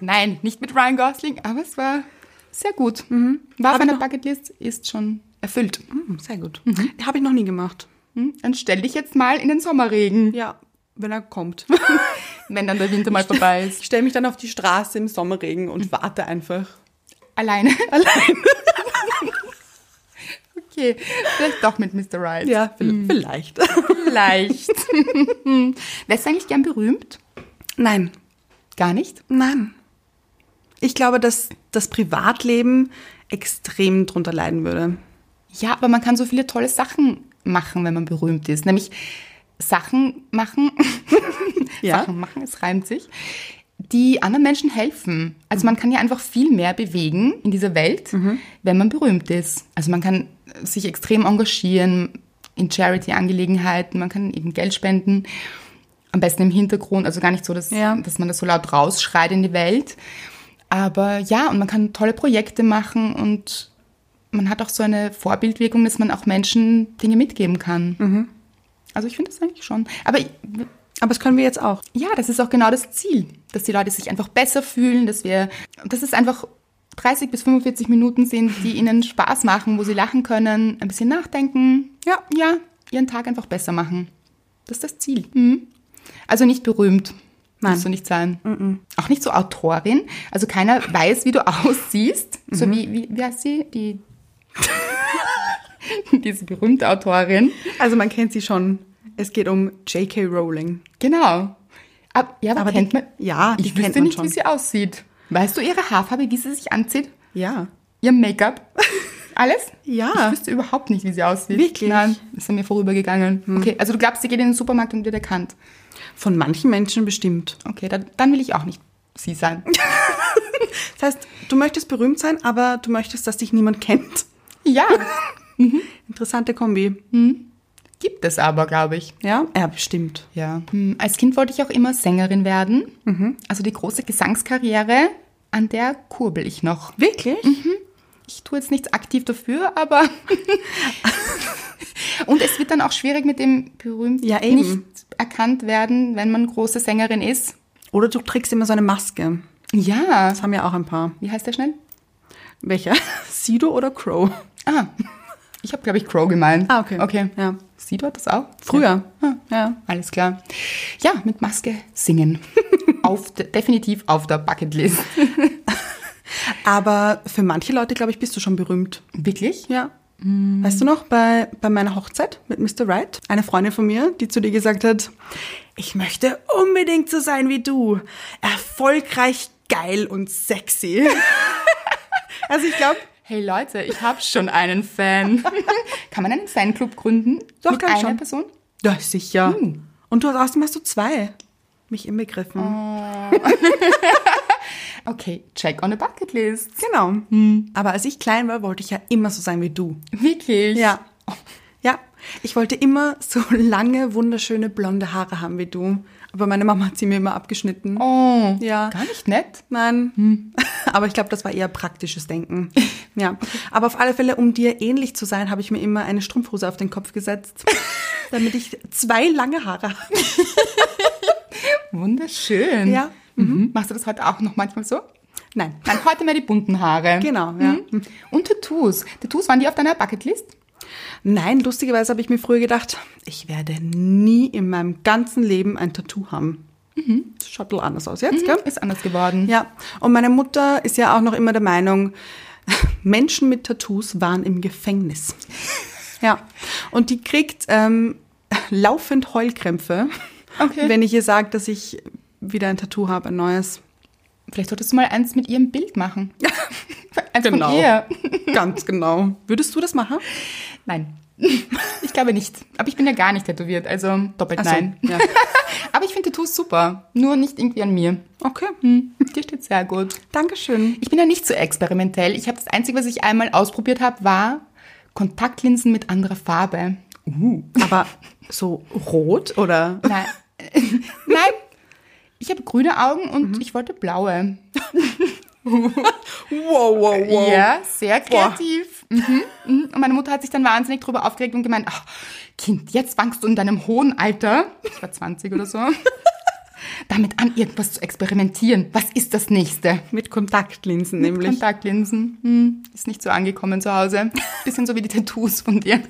S1: Nein, nicht mit Ryan Gosling, aber es war sehr gut. War auf
S2: Hab ich
S1: meiner
S2: Mhm. noch-
S1: Bucketlist, ist schon erfüllt.
S2: Hm, sehr gut. Habe ich noch nie gemacht.
S1: Hm, Dann stell dich jetzt mal in den Sommerregen,
S2: Ja, wenn er kommt.
S1: wenn dann der Winter mal vorbei ist.
S2: Ich stelle mich dann auf die Straße im Sommerregen
S1: Mhm.
S2: und warte einfach.
S1: Alleine. Alleine. okay, vielleicht doch mit Mr. Right.
S2: Ja,
S1: Mhm.
S2: vielleicht.
S1: Vielleicht. Wärst du eigentlich gern berühmt?
S2: Nein,
S1: Gar nicht?
S2: nein. Ich glaube, dass das Privatleben extrem drunter leiden würde.
S1: Ja, aber man kann so viele tolle Sachen machen, wenn man berühmt ist. Nämlich Sachen machen,
S2: Ja.
S1: Sachen machen, es reimt sich, die anderen Menschen helfen. Also man kann ja einfach viel mehr bewegen in dieser Welt,
S2: Mhm.
S1: wenn man berühmt ist. Also man kann sich extrem engagieren in Charity-Angelegenheiten, man kann eben Geld spenden. Am besten im Hintergrund, also gar nicht so, dass,
S2: Ja.
S1: dass man das so laut rausschreit in die Welt. Aber ja, und man kann tolle Projekte machen und man hat auch so eine Vorbildwirkung, dass man auch Menschen Dinge mitgeben kann.
S2: Mhm.
S1: Also ich finde das eigentlich schon. Aber ich-
S2: Aber das können wir jetzt auch.
S1: ja, das ist auch genau das Ziel, dass die Leute sich einfach besser fühlen, dass wir, dass es einfach 30 bis 45 Minuten sind, die ihnen Spaß machen, wo sie lachen können, ein bisschen nachdenken,
S2: Ja.
S1: ja, ihren Tag einfach besser machen. Das ist das Ziel. Mhm. Also nicht berühmt.
S2: Nein.
S1: Musst du nicht sein. Auch nicht so Autorin. Also keiner weiß, wie du aussiehst. So wie, wie, wie heißt sie? Die, diese berühmte Autorin.
S2: Also man kennt sie schon. Es geht um J.K. Rowling.
S1: Genau. Ab, ja, aber,
S2: Aber
S1: kennt
S2: die-
S1: man?
S2: ja, die
S1: ich
S2: kennt
S1: wüsste
S2: man
S1: nicht,
S2: schon.
S1: wie sie aussieht. Weißt du ihre Haarfarbe, wie sie sich anzieht?
S2: Ja.
S1: Ihr Make-up? Alles?
S2: Ja.
S1: Ich wüsste überhaupt nicht, wie sie aussieht.
S2: Wirklich? Hm.
S1: Nein, ist an mir vorübergegangen. Okay, also du glaubst, sie geht in den Supermarkt und wird erkannt.
S2: Von manchen Menschen bestimmt.
S1: Okay, dann, dann will ich auch nicht sie sein.
S2: Das heißt, du möchtest berühmt sein, aber du möchtest, dass dich niemand kennt.
S1: ja,
S2: Interessante Kombi.
S1: gibt es aber, glaube ich.
S2: Ja? Ja, bestimmt.
S1: Ja. Hm, Als Kind wollte ich auch immer Sängerin werden.
S2: Mhm.
S1: Also die große Gesangskarriere, an der kurbel ich noch.
S2: Wirklich?
S1: Ich tue jetzt nichts aktiv dafür, aber. Und es wird dann auch schwierig mit dem berühmt
S2: Ja, eben.
S1: nicht erkannt werden, wenn man große Sängerin ist.
S2: Oder du trägst immer so eine Maske.
S1: Ja.
S2: Das haben ja auch ein paar.
S1: Wie heißt der schnell?
S2: Welcher? Sido oder Crow?
S1: Ah, ich habe, glaube ich, Crow gemeint.
S2: Ah, okay.
S1: Okay.
S2: Ja.
S1: Sie dort das auch?
S2: Früher.
S1: Ja. Ah.
S2: Ja.
S1: Alles klar. Ja, mit Maske singen. auf de definitiv auf der Bucketlist.
S2: Aber für manche Leute, glaube ich, bist du schon berühmt.
S1: Wirklich?
S2: Ja. Weißt du noch, bei, bei meiner Hochzeit mit Mr. Wright, eine Freundin von mir, die zu dir gesagt hat, ich möchte unbedingt so sein wie du. Erfolgreich, geil und sexy. also ich glaube,
S1: Hey Leute, ich habe schon einen Fan. kann man einen Fanclub gründen?
S2: Doch,
S1: mit
S2: kann
S1: einer
S2: schon.
S1: Person?
S2: ja, sicher.
S1: Hm.
S2: Und du außerdem hast du zwei. Mich inbegriffen.
S1: Okay, check on the Bucketlist.
S2: Genau. Aber als ich klein war, wollte ich ja immer so sein wie du.
S1: Wirklich?
S2: Ja. Ja. Ich wollte immer so lange, wunderschöne, blonde Haare haben wie du. Aber meine Mama hat sie mir immer abgeschnitten.
S1: Oh,
S2: Ja.
S1: gar nicht nett.
S2: Nein. Aber ich glaube, das war eher praktisches Denken. Ja. Aber auf alle Fälle, um dir ähnlich zu sein, habe ich mir immer eine Strumpfhose auf den Kopf gesetzt, damit ich zwei lange Haare habe.
S1: Wunderschön.
S2: Ja.
S1: Mhm. Machst du das heute auch noch manchmal so?
S2: Nein.
S1: Nein, heute mehr die bunten Haare.
S2: Genau, ja.
S1: Mhm. Und Tattoos. Tattoos, waren die auf deiner Bucketlist?
S2: Nein, lustigerweise habe ich mir früher gedacht, ich werde nie in meinem ganzen Leben ein Tattoo haben. Das schaut wohl anders aus jetzt, gell?
S1: Ist anders geworden.
S2: Ja. Und meine Mutter ist ja auch noch immer der Meinung, Menschen mit Tattoos waren im Gefängnis. Ja. Und die kriegt ähm, laufend Heulkrämpfe,
S1: Okay.
S2: wenn ich ihr sage, dass ich wieder ein Tattoo habe, ein neues.
S1: Vielleicht solltest du mal eins mit ihrem Bild machen. eins
S2: Genau.
S1: von ihr.
S2: Ganz genau. Würdest du das machen?
S1: Nein. Ich glaube nicht. Aber ich bin ja gar nicht tätowiert, also doppelt
S2: Ach so,
S1: nein.
S2: Ja.
S1: Aber ich finde Tattoos super. Nur nicht irgendwie an mir.
S2: Okay.
S1: Hm, dir steht sehr gut.
S2: Dankeschön.
S1: Ich bin ja nicht so experimentell. Ich habe das Einzige, was ich einmal ausprobiert habe, war Kontaktlinsen mit anderer Farbe.
S2: Aber so rot oder?
S1: Nein. Nein. Ich habe grüne Augen und
S2: Mhm.
S1: ich wollte blaue.
S2: Wow, wow,
S1: Ja, sehr
S2: Boah.
S1: kreativ. Mhm. mhm. Und meine Mutter hat sich dann wahnsinnig drüber aufgeregt und gemeint, ach, Kind, jetzt fangst du in deinem hohen Alter, ich war 20 oder so, damit an, irgendwas zu experimentieren. Was ist das Nächste?
S2: Mit Kontaktlinsen nämlich.
S1: Kontaktlinsen. Hm, ist nicht so angekommen zu Hause. Bisschen so wie die Tattoos von dir.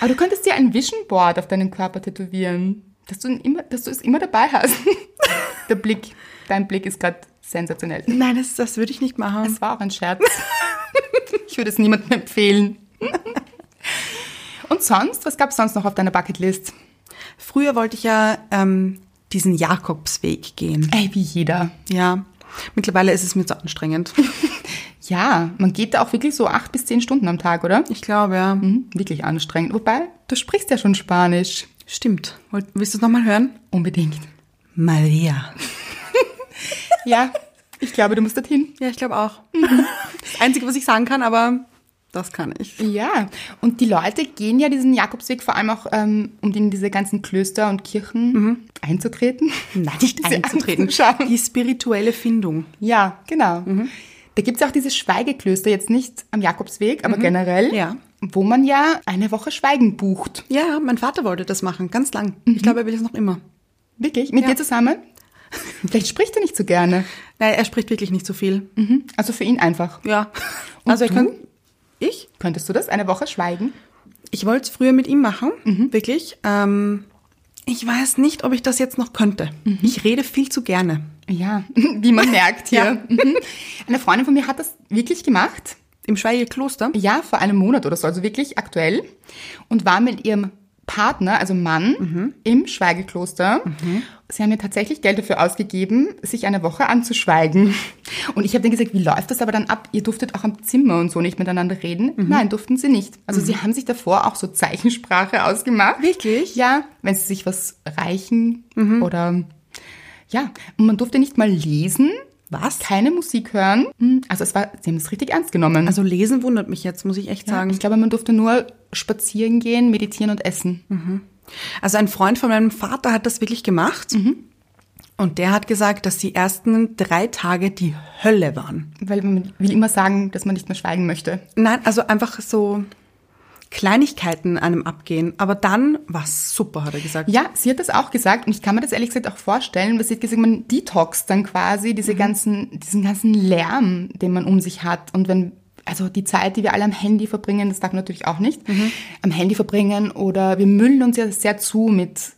S1: Aber du könntest dir ein Vision Board auf deinen Körper tätowieren, dass du, ihn immer, dass du es immer dabei hast. Der Blick, dein Blick ist gerade sensationell.
S2: Nein, das, das würde ich nicht machen.
S1: Das war auch ein Scherz. ich würde es niemandem empfehlen. Und sonst, was gab es sonst noch auf deiner Bucketlist?
S2: Früher wollte ich ja ähm, diesen Jakobsweg gehen.
S1: Ey, wie jeder.
S2: Ja. Mittlerweile ist es mir zu anstrengend.
S1: Ja, man geht da auch wirklich so acht bis zehn Stunden am Tag, oder?
S2: Ich glaube, ja.
S1: Mhm, wirklich anstrengend. Wobei, du sprichst ja schon Spanisch.
S2: Stimmt. Wollt- Willst du es nochmal hören?
S1: Unbedingt.
S2: Maria.
S1: Ja, ich glaube, du musst dorthin.
S2: Ja, ich glaube auch. Das Einzige, was ich sagen kann, aber das kann ich.
S1: Ja, und die Leute gehen ja diesen Jakobsweg vor allem auch, ähm, um in diese ganzen Klöster und Kirchen
S2: Mhm.
S1: einzutreten.
S2: Nein, nicht
S1: Sie
S2: einzutreten.
S1: anzuschauen.
S2: Die spirituelle Findung.
S1: Ja, genau.
S2: Mhm.
S1: Da gibt's ja auch diese Schweigeklöster, jetzt nicht am Jakobsweg, aber generell,
S2: Mhm. Ja.
S1: wo man ja eine Woche Schweigen bucht.
S2: Ja, mein Vater wollte das machen, ganz lang. Ich glaube, er will es noch immer.
S1: Wirklich? Mit
S2: Ja.
S1: dir zusammen? Vielleicht spricht er nicht so gerne.
S2: Nein, er spricht wirklich nicht so viel.
S1: Mhm. Also für ihn einfach.
S2: Ja.
S1: Und
S2: also er
S1: du?
S2: kann. Ich?
S1: Könntest du das eine Woche schweigen?
S2: Ich wollte es früher mit ihm machen, wirklich. Ähm, ich weiß nicht, ob ich das jetzt noch könnte. Ich rede viel zu gerne.
S1: Ja, wie man merkt hier.
S2: Ja.
S1: Mhm. Eine Freundin von mir hat das wirklich gemacht.
S2: Im Schweigekloster?
S1: Ja, vor einem Monat oder so, also wirklich aktuell. Und war mit ihrem Partner, also Mann, im Schweigekloster. Sie haben mir tatsächlich Geld dafür ausgegeben, sich eine Woche anzuschweigen. Und ich habe dann gesagt, wie läuft das aber dann ab? Ihr durftet auch am Zimmer und so nicht miteinander reden. Nein, durften sie nicht. Also sie haben sich davor auch so Zeichensprache ausgemacht.
S2: Wirklich?
S1: Ja, wenn sie sich was reichen oder... Ja, und man durfte nicht mal lesen.
S2: Was?
S1: Keine Musik hören. Mhm. Also es war, sie haben es richtig ernst genommen.
S2: Also lesen wundert mich jetzt, muss ich echt
S1: Ja,
S2: sagen.
S1: Ich glaube, man durfte nur spazieren gehen, meditieren und essen.
S2: Also ein Freund von meinem Vater hat das wirklich gemacht.
S1: Mhm.
S2: Und der hat gesagt, dass die ersten drei Tage die Hölle waren.
S1: Weil man will immer sagen, dass man nicht mehr schweigen möchte.
S2: Nein, also einfach so Kleinigkeiten einem abgehen. Aber dann war es super, hat er gesagt.
S1: Ja, sie hat das auch gesagt und ich kann mir das ehrlich gesagt auch vorstellen, weil sie hat gesagt, man detoxt dann quasi diese ganzen, diesen ganzen Lärm, den man um sich hat. Und wenn, also die Zeit, die wir alle am Handy verbringen, das darf man natürlich auch nicht, am Handy verbringen oder wir müllen uns ja sehr zu mit,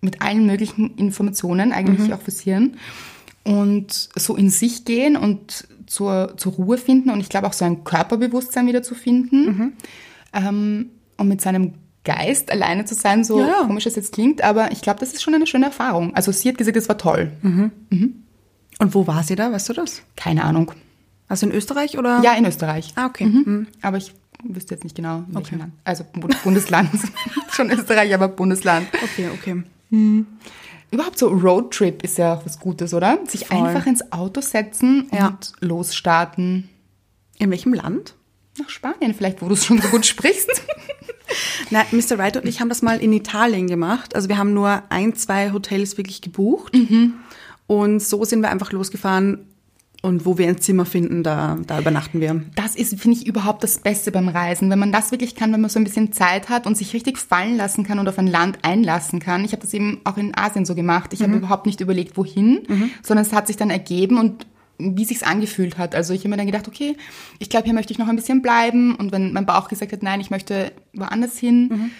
S1: mit allen möglichen Informationen, eigentlich auch fürs Hirn. Und so in sich gehen und zur, zur Ruhe finden und ich glaube auch so ein Körperbewusstsein wieder zu finden ähm, und mit seinem Geist alleine zu sein, so
S2: Ja, ja.
S1: komisch das jetzt klingt, aber ich glaube, das ist schon eine schöne Erfahrung. Also sie hat gesagt, es war toll.
S2: Mhm. Und wo war sie da, weißt du das?
S1: Keine Ahnung.
S2: Also in Österreich oder?
S1: Ja, in Österreich.
S2: Ah, okay.
S1: Mhm. Aber ich wüsste jetzt nicht genau, in welchem Land. Also Bu- Bundesland. schon Österreich, aber Bundesland.
S2: Okay, okay.
S1: Überhaupt so Roadtrip ist ja auch was Gutes, oder? Sich
S2: Voll.
S1: einfach ins Auto setzen
S2: Ja.
S1: und losstarten.
S2: In welchem Land?
S1: Nach Spanien vielleicht, wo du es schon so gut sprichst.
S2: Na, Mr. Wright und ich haben das mal in Italien gemacht. Also wir haben nur ein, zwei Hotels wirklich gebucht. Und so sind wir einfach losgefahren. Und wo wir ein Zimmer finden, da, da übernachten wir.
S1: Das ist, finde ich, überhaupt das Beste beim Reisen. Wenn man das wirklich kann, wenn man so ein bisschen Zeit hat und sich richtig fallen lassen kann und auf ein Land einlassen kann. Ich habe das eben auch in Asien so gemacht. Ich habe überhaupt nicht überlegt, wohin, sondern es hat sich dann ergeben und wie sich's angefühlt hat. Also ich habe mir dann gedacht, okay, ich glaube, hier möchte ich noch ein bisschen bleiben. Und wenn mein Bauch gesagt hat, nein, ich möchte woanders hin.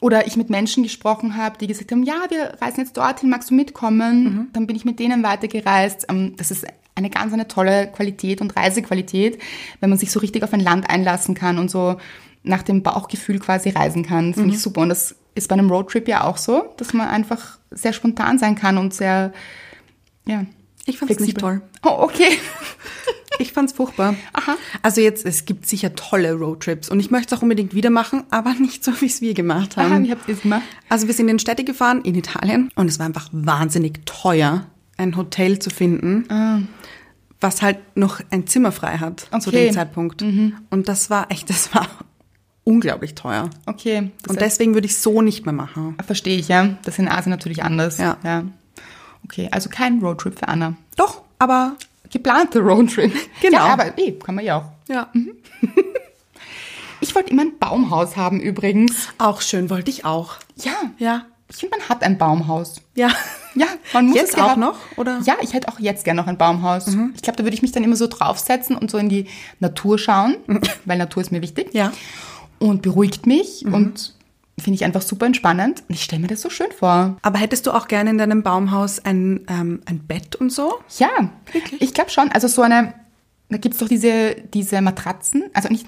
S1: Oder ich mit Menschen gesprochen habe, die gesagt haben, ja, wir reisen jetzt dorthin, magst du mitkommen? Dann bin ich mit denen weitergereist. Ähm, Das ist eine ganz eine tolle Qualität und Reisequalität, wenn man sich so richtig auf ein Land einlassen kann und so nach dem Bauchgefühl quasi reisen kann. Finde
S2: Mhm.
S1: ich super. Und das ist bei einem Roadtrip ja auch so, dass man einfach sehr spontan sein kann und sehr, ja.
S2: Ich fand's nicht toll.
S1: Oh, okay.
S2: Ich fand's furchtbar.
S1: Aha.
S2: Also jetzt, es gibt sicher tolle Roadtrips und ich möchte es auch unbedingt wieder machen, aber nicht so, wie es wir gemacht haben.
S1: Aha, wie habt ihr es gemacht?
S2: Also wir sind in Städte gefahren in Italien und es war einfach wahnsinnig teuer, ein Hotel zu finden, was halt noch ein Zimmer frei hat zu
S1: Okay.
S2: dem Zeitpunkt. Und das war echt, das war unglaublich teuer.
S1: Okay. Das
S2: und deswegen würde ich so nicht mehr machen.
S1: verstehe ich, ja. Das ist in Asien natürlich anders.
S2: Ja.
S1: Okay, also kein Roadtrip für Anna.
S2: Doch, aber
S1: Geplante Roadtrip.
S2: Genau.
S1: Ja, aber eh, kann man ja auch.
S2: ja,
S1: Ich wollte immer ein Baumhaus haben übrigens.
S2: auch schön wollte ich auch.
S1: Ja.
S2: Ja,
S1: Ich finde, man hat ein Baumhaus.
S2: ja.
S1: Ja, man muss
S2: Jetzt
S1: es ja
S2: auch
S1: haben.
S2: noch, oder? Mhm.
S1: Ja, ich hätte auch jetzt gerne noch ein Baumhaus. Ich glaube, da würde ich mich dann immer so draufsetzen und so in die Natur schauen, weil Natur ist mir wichtig.
S2: Ja. Mhm.
S1: Und beruhigt mich und finde ich einfach super entspannend. Und ich stelle mir das so schön vor.
S2: Aber hättest du auch gerne in deinem Baumhaus ein, ähm, ein Bett und so?
S1: Ja, ich glaube schon. Also so eine, da gibt es doch diese, diese Matratzen, also nicht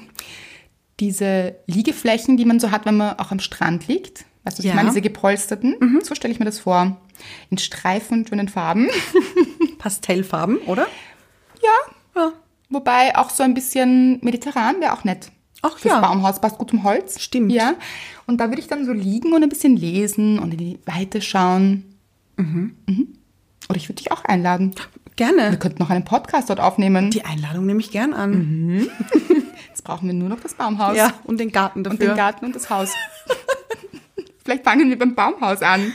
S1: diese Liegeflächen, die man so hat, wenn man auch am Strand liegt. Weißt du, was
S2: Ja. Mhm.
S1: ich meine, diese gepolsterten. So stelle ich mir das vor. In Streifen und schönen Farben.
S2: Pastellfarben, oder?
S1: Ja,
S2: Ja.
S1: Wobei auch so ein bisschen mediterran wäre auch nett.
S2: Ach
S1: Fürs
S2: ja.
S1: Baumhaus passt gut zum Holz.
S2: Stimmt.
S1: Ja. Und da würde ich dann so liegen und ein bisschen lesen und in die Weite schauen. Mhm. Oder ich würde dich auch einladen. Wir
S2: Gerne.
S1: könnten noch einen Podcast dort aufnehmen.
S2: Die Einladung nehme ich gern an.
S1: Jetzt brauchen wir nur noch das Baumhaus.
S2: Mhm. Ja, und den Garten dafür.
S1: Und den Garten und das Haus. Vielleicht fangen wir beim Baumhaus an.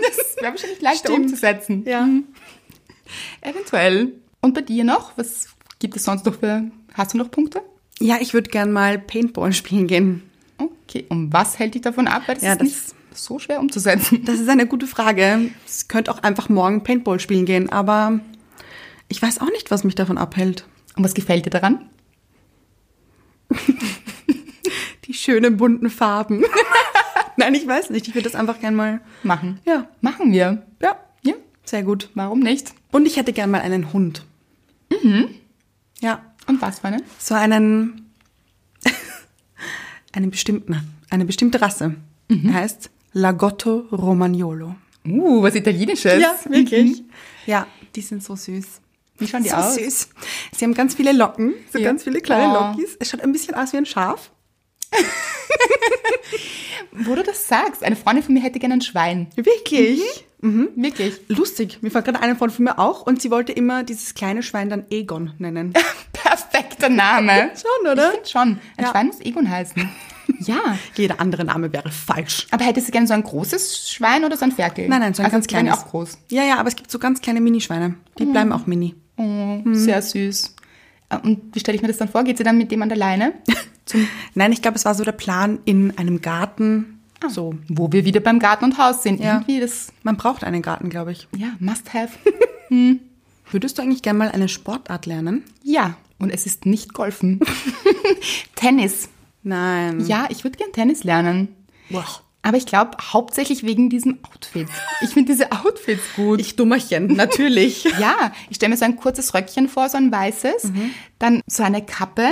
S1: Das wäre wahrscheinlich leichter
S2: Stimmt.
S1: umzusetzen.
S2: Ja.
S1: Eventuell. Und bei dir noch? Was gibt es sonst noch für. Hast du noch Punkte?
S2: ja, ich würde gern mal Paintball spielen gehen.
S1: Okay, und was hält dich davon ab? Weil das
S2: Ja,
S1: ist
S2: das-
S1: nicht so schwer umzusetzen.
S2: Das ist eine gute Frage. Ich könnte auch einfach morgen Paintball spielen gehen, aber ich weiß auch nicht, was mich davon abhält.
S1: Und was gefällt dir daran?
S2: Die schönen bunten Farben. Nein, ich weiß nicht. Ich würde das einfach gern mal.
S1: Machen.
S2: Ja,
S1: Machen wir.
S2: ja,
S1: Ja,
S2: sehr gut.
S1: warum nicht?
S2: Und ich hätte gern mal einen Hund. Mhm. Ja,
S1: Und was für eine?
S2: so einen, einen bestimmten, eine bestimmte Rasse. Er heißt Lagotto Romagnolo.
S1: Uh, was Italienisches. Mhm.
S2: Ja, die sind so süß.
S1: Wie schauen die
S2: so
S1: aus?
S2: süß. Sie haben ganz viele Locken, so
S1: Ja.
S2: ganz viele kleine
S1: Oh.
S2: Lockis. Es schaut ein bisschen aus wie ein Schaf.
S1: Wo du das sagst, eine Freundin von mir hätte gerne ein Schwein.
S2: Wirklich?
S1: Wirklich.
S2: Mhm. Lustig. Mir war gerade eine Freundin von mir auch und sie wollte immer dieses kleine Schwein dann Egon nennen.
S1: Perfekter Name.
S2: Schon, oder?
S1: Ich finde schon. Ein
S2: Ja.
S1: Schwein muss Egon heißen. ja.
S2: Jeder andere Name wäre falsch.
S1: Aber hättest du gerne so ein großes Schwein oder so ein Ferkel?
S2: Nein, nein, so ein
S1: also
S2: ganz
S1: die werden ja
S2: kleines.
S1: auch groß.
S2: Ja, ja, aber es gibt so ganz kleine Minischweine. Die bleiben auch mini.
S1: Oh,
S2: Hm.
S1: sehr süß. Äh, Und wie stelle ich mir das dann vor? Geht sie dann mit dem an der Leine?
S2: Nein, ich glaube, es war so der Plan in einem Garten. So.
S1: Wo wir wieder beim Garten und Haus sind.
S2: Ja.
S1: Irgendwie das,
S2: Man braucht einen Garten, glaube ich.
S1: ja, must have.
S2: Würdest du eigentlich gerne mal eine Sportart lernen?
S1: ja, und es ist nicht Golfen. Tennis.
S2: Nein.
S1: Ja, ich würde gern Tennis lernen.
S2: Wow.
S1: Aber ich glaube, hauptsächlich wegen diesem Outfit. Ich finde diese Outfits gut.
S2: Ich Dummerchen, natürlich.
S1: ja, ich stelle mir so ein kurzes Röckchen vor, so ein weißes. Dann so eine Kappe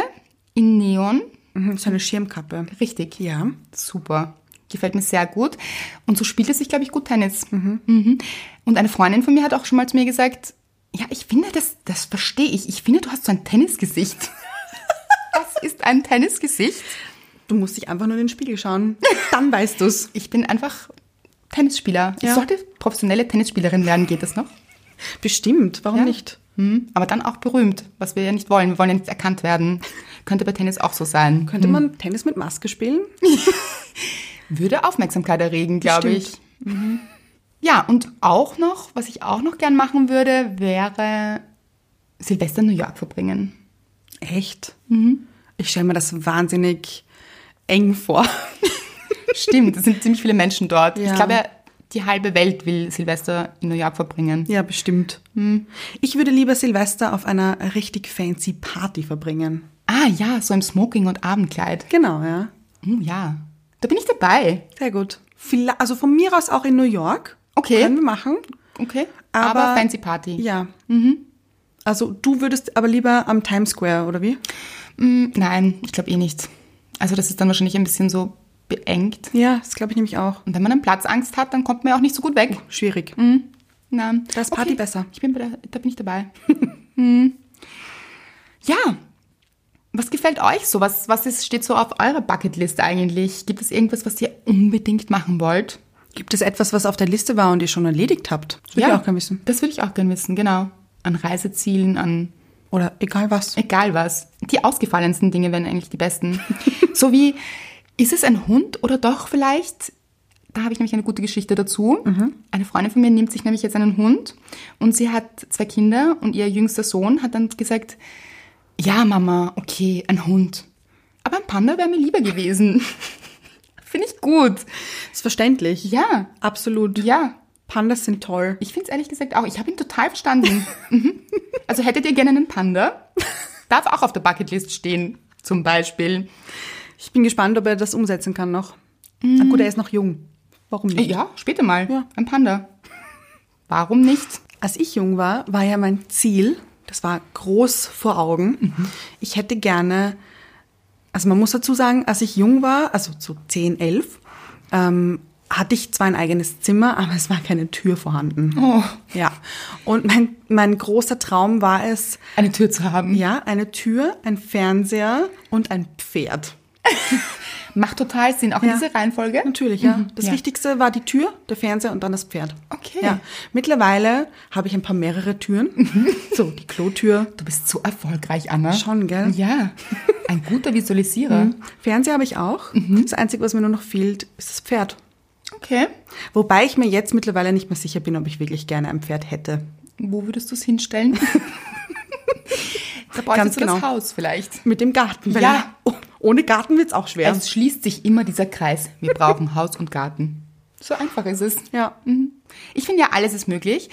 S1: in Neon.
S2: Mhm, so eine Schirmkappe.
S1: Richtig.
S2: Ja.
S1: Super. Gefällt mir sehr gut. Und so spielt es sich, glaube ich, gut Tennis. Mhm. Und eine Freundin von mir hat auch schon mal zu mir gesagt, ja, ich finde, das, das verstehe ich. Ich finde, du hast so ein Tennisgesicht. Das ist ein Tennisgesicht.
S2: Du musst dich einfach nur in den Spiegel schauen. Dann weißt du's.
S1: Ich bin einfach Tennisspieler.
S2: Ja.
S1: Ich sollte professionelle Tennisspielerin werden, geht das noch?
S2: Bestimmt, warum
S1: Ja.
S2: nicht?
S1: Mhm. Aber dann auch berühmt, was wir ja nicht wollen. Wir wollen ja nicht erkannt werden. Könnte bei Tennis auch so sein.
S2: Könnte man Tennis mit Maske spielen?
S1: Würde Aufmerksamkeit erregen, glaube
S2: Bestimmt.
S1: ich. Mhm. Ja, und auch noch, was ich auch noch gern machen würde, wäre Silvester in New York verbringen.
S2: Echt?
S1: Mhm.
S2: Ich stelle mir das wahnsinnig eng vor.
S1: Stimmt, es sind ziemlich viele Menschen dort.
S2: Ja.
S1: Ich glaube, die halbe Welt will Silvester in New York verbringen.
S2: Ja, bestimmt.
S1: Mhm.
S2: Ich würde lieber Silvester auf einer richtig fancy Party verbringen.
S1: Ah ja, so im Smoking und Abendkleid.
S2: Genau, ja.
S1: Hm, ja, da bin ich dabei.
S2: Sehr gut. Vielleicht, also von mir aus auch in New York.
S1: Okay.
S2: Können wir machen.
S1: Okay, aber,
S2: Aber,
S1: fancy Party. Mhm.
S2: Ja. Also du würdest aber lieber am Times Square, oder wie?
S1: Hm, nein, ich Mm, glaube eh nicht. Also das ist dann wahrscheinlich ein bisschen so beengt.
S2: Ja, das glaube ich nämlich auch.
S1: Und wenn man dann Platzangst hat, dann kommt man ja auch nicht so gut weg.
S2: Schwierig.
S1: Na,
S2: Da ist Party besser.
S1: Ich bin bei der, da bin ich dabei. Hm. ja. Was gefällt euch so? Was, was ist, steht so auf eurer Bucketlist eigentlich? Gibt es irgendwas, was ihr unbedingt machen wollt?
S2: Gibt es etwas, was auf der Liste war und ihr schon erledigt habt? Das will ich auch gerne wissen.
S1: Das würde ich auch gerne wissen, genau. An Reisezielen, an
S2: Oder egal was.
S1: egal was. Die ausgefallensten Dinge wären eigentlich die besten. so wie, ist es ein Hund oder doch vielleicht? Da habe ich nämlich eine gute Geschichte dazu. Eine Freundin von mir nimmt sich nämlich jetzt einen Hund und sie hat zwei Kinder und ihr jüngster Sohn hat dann gesagt, ja Mama, okay, ein Hund. Aber ein Panda wäre mir lieber gewesen. Finde ich gut.
S2: Ist verständlich.
S1: Ja,
S2: Absolut.
S1: ja.
S2: Pandas sind toll.
S1: Ich finde es ehrlich gesagt auch. Ich habe ihn total verstanden. Mhm. also hättet ihr gerne einen Panda? Darf auch auf der Bucketlist stehen, zum Beispiel.
S2: Ich bin gespannt, ob er das umsetzen kann noch. Na gut, er ist noch jung. Warum nicht?
S1: Mhm. Ja, später mal.
S2: Ja.
S1: Ein Panda. Warum nicht?
S2: Als ich jung war, war ja mein Ziel, das war groß vor Augen.
S1: Mhm.
S2: Ich hätte gerne, also man muss dazu sagen, als ich jung war, also zu 10, 11, ähm, hatte ich zwar ein eigenes Zimmer, aber es war keine Tür vorhanden.
S1: Oh.
S2: Ja. Und mein, mein großer Traum war es,
S1: Eine Tür zu haben.
S2: ja, eine Tür, ein Fernseher und ein Pferd.
S1: Macht total Sinn, auch in
S2: Ja.
S1: dieser Reihenfolge.
S2: Natürlich, Mhm, ja. Das
S1: ja.
S2: Wichtigste war die Tür, der Fernseher und dann das Pferd.
S1: Okay.
S2: Ja. Mittlerweile habe ich ein paar mehrere Türen. so, die Klotür.
S1: Du bist so erfolgreich, Anna.
S2: Schon, gell? Mhm.
S1: Ja. Ein guter Visualisierer.
S2: Fernseher habe ich auch. Das Einzige, was mir nur noch fehlt, ist das Pferd.
S1: Okay.
S2: Wobei ich mir jetzt mittlerweile nicht mehr sicher bin, ob ich wirklich gerne ein Pferd hätte.
S1: Wo würdest du es hinstellen? da bräuchtest
S2: Ganz
S1: du
S2: genau.
S1: das Haus vielleicht.
S2: Mit dem Garten. weil-
S1: Ja.
S2: Oh, Ohne Garten wird es auch schwer.
S1: Also Es schließt sich immer dieser Kreis. Wir brauchen Haus und Garten. So einfach ist es.
S2: ja.
S1: Mhm. Ich finde ja, alles ist möglich.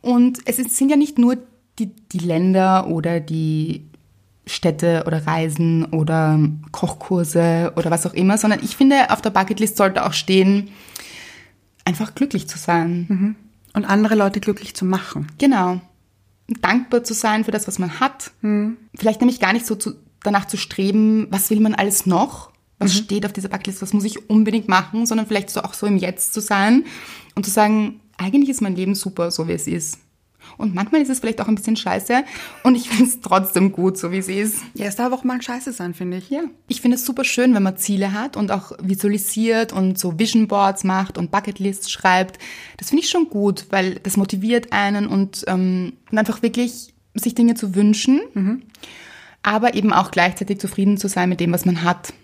S1: Und es ist, sind ja nicht nur die, die Länder oder die Städte oder Reisen oder Kochkurse oder was auch immer, sondern ich finde, auf der Bucketlist sollte auch stehen, einfach glücklich zu sein.
S2: Mhm. Und andere Leute glücklich zu machen.
S1: Genau. Dankbar zu sein für das, was man hat. Vielleicht nämlich gar nicht so zu, danach zu streben, was will man alles noch? Was steht auf dieser Bucketlist? Was muss ich unbedingt machen? Sondern vielleicht so auch so im Jetzt zu sein und zu sagen, eigentlich ist mein Leben super, so wie es ist. Und manchmal ist es vielleicht auch ein bisschen scheiße und ich finde es trotzdem gut, so wie es ist.
S2: Ja, es darf auch mal scheiße sein, finde ich.
S1: Ja. Ich finde es super schön, wenn man Ziele hat und auch visualisiert und so Vision Boards macht und Bucketlists schreibt. Das finde ich schon gut, weil das motiviert einen und, ähm, und einfach wirklich sich Dinge zu wünschen, aber eben auch gleichzeitig zufrieden zu sein mit dem, was man hat.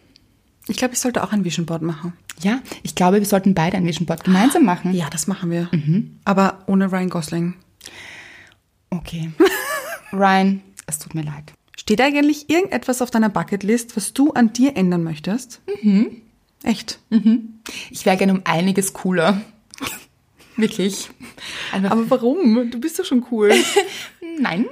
S2: Ich glaube, ich sollte auch ein Vision Board machen.
S1: Ja, ich glaube, wir sollten beide ein Vision Board gemeinsam machen.
S2: Ja, das machen wir.
S1: Mhm.
S2: Aber ohne Ryan Gosling.
S1: Okay. Ryan, es tut mir leid.
S2: Steht eigentlich irgendetwas auf deiner Bucketlist, was du an dir ändern möchtest? Mhm. Echt?
S1: Ich wäre gerne um einiges cooler. wirklich. Einfach
S2: Aber warum? Du bist doch schon cool.
S1: Nein.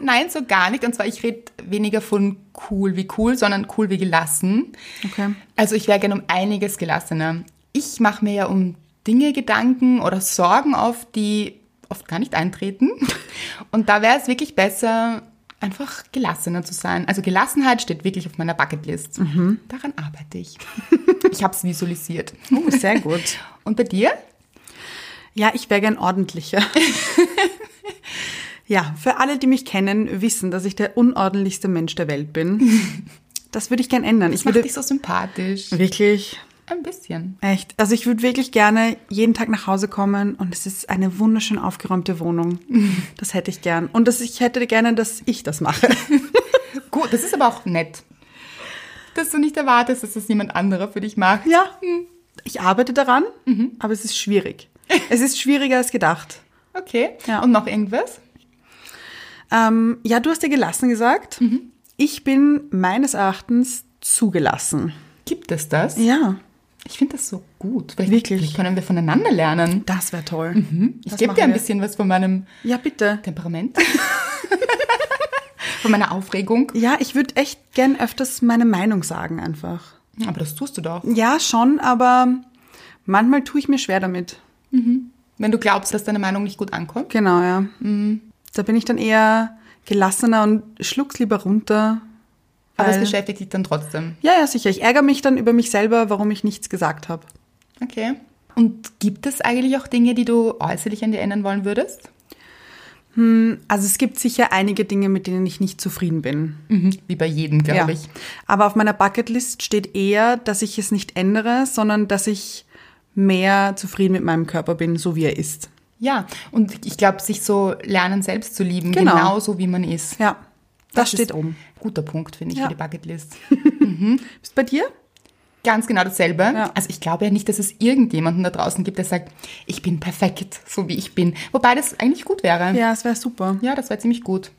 S1: Nein, so gar nicht. Und zwar, ich rede weniger von cool wie cool, sondern cool wie gelassen.
S2: Okay.
S1: Also ich wäre gerne um einiges gelassener. Ich mache mir ja um Dinge Gedanken oder Sorgen auf, die oft gar nicht eintreten. Und da wäre es wirklich besser, einfach gelassener zu sein. Also Gelassenheit steht wirklich auf meiner Bucketlist.
S2: Mhm.
S1: Daran arbeite ich. Ich habe es visualisiert.
S2: Oh, sehr gut.
S1: Und bei dir?
S2: Ja, ich wäre gern ordentlicher. ja, für alle, die mich kennen, wissen, dass ich der unordentlichste Mensch der Welt bin. Das würde ich gern ändern.
S1: Das
S2: Ich
S1: macht
S2: würde
S1: dich so sympathisch.
S2: wirklich
S1: Ein bisschen.
S2: echt. Also ich würde wirklich gerne jeden Tag nach Hause kommen und es ist eine wunderschön aufgeräumte Wohnung. Das hätte ich gern. Und das, ich hätte gerne, dass ich das mache.
S1: Gut, das ist aber auch nett. Dass du nicht erwartest, dass das jemand anderer für dich macht.
S2: Ja, Hm. Mhm. ich arbeite daran, aber es ist schwierig. Es ist schwieriger als gedacht.
S1: Okay.
S2: Ja.
S1: Und noch irgendwas?
S2: Ähm, ja, du hast dir gelassen gesagt. Ich bin meines Erachtens zugelassen.
S1: Gibt es das?
S2: Ja,
S1: Ich finde das so gut. Vielleicht,
S2: Wirklich?
S1: Vielleicht können wir voneinander lernen.
S2: das wäre toll.
S1: Ich
S2: Das
S1: gebe
S2: machen
S1: dir ein
S2: wir.
S1: bisschen was von meinem
S2: Ja, bitte.
S1: Temperament. von meiner Aufregung.
S2: Ja, ich würde echt gern öfters meine Meinung sagen einfach.
S1: Aber das tust du doch.
S2: Ja, schon, aber manchmal tue ich mir schwer damit.
S1: Wenn du glaubst, dass deine Meinung nicht gut ankommt.
S2: Genau, ja.
S1: Mhm.
S2: Da bin ich dann eher gelassener und schluck's lieber runter
S1: Aber es
S2: Weil-
S1: beschäftigt dich dann trotzdem.
S2: Ja, ja, sicher. Ich ärgere mich dann über mich selber, warum ich nichts gesagt habe.
S1: Okay. Und gibt es eigentlich auch Dinge, die du äußerlich an dir ändern wollen würdest?
S2: Also es gibt sicher einige Dinge, mit denen ich nicht zufrieden bin.
S1: Mhm. Wie bei jedem, glaube ich.
S2: Aber auf meiner Bucketlist steht eher, dass ich es nicht ändere, sondern dass ich mehr zufrieden mit meinem Körper bin, so wie er ist.
S1: Ja, und ich glaube, sich so lernen, selbst zu lieben,
S2: Genau.
S1: genauso wie man ist.
S2: Ja, das,
S1: ist
S2: steht oben.
S1: Guter Punkt, finde ich,
S2: Ja.
S1: für die Bucketlist.
S2: Ist bei dir?
S1: Ganz genau dasselbe.
S2: Ja.
S1: Also ich glaube ja nicht, dass es irgendjemanden da draußen gibt, der sagt, ich bin perfekt, so wie ich bin. Wobei das eigentlich gut wäre.
S2: Ja, es wäre super.
S1: Ja, das war ziemlich gut.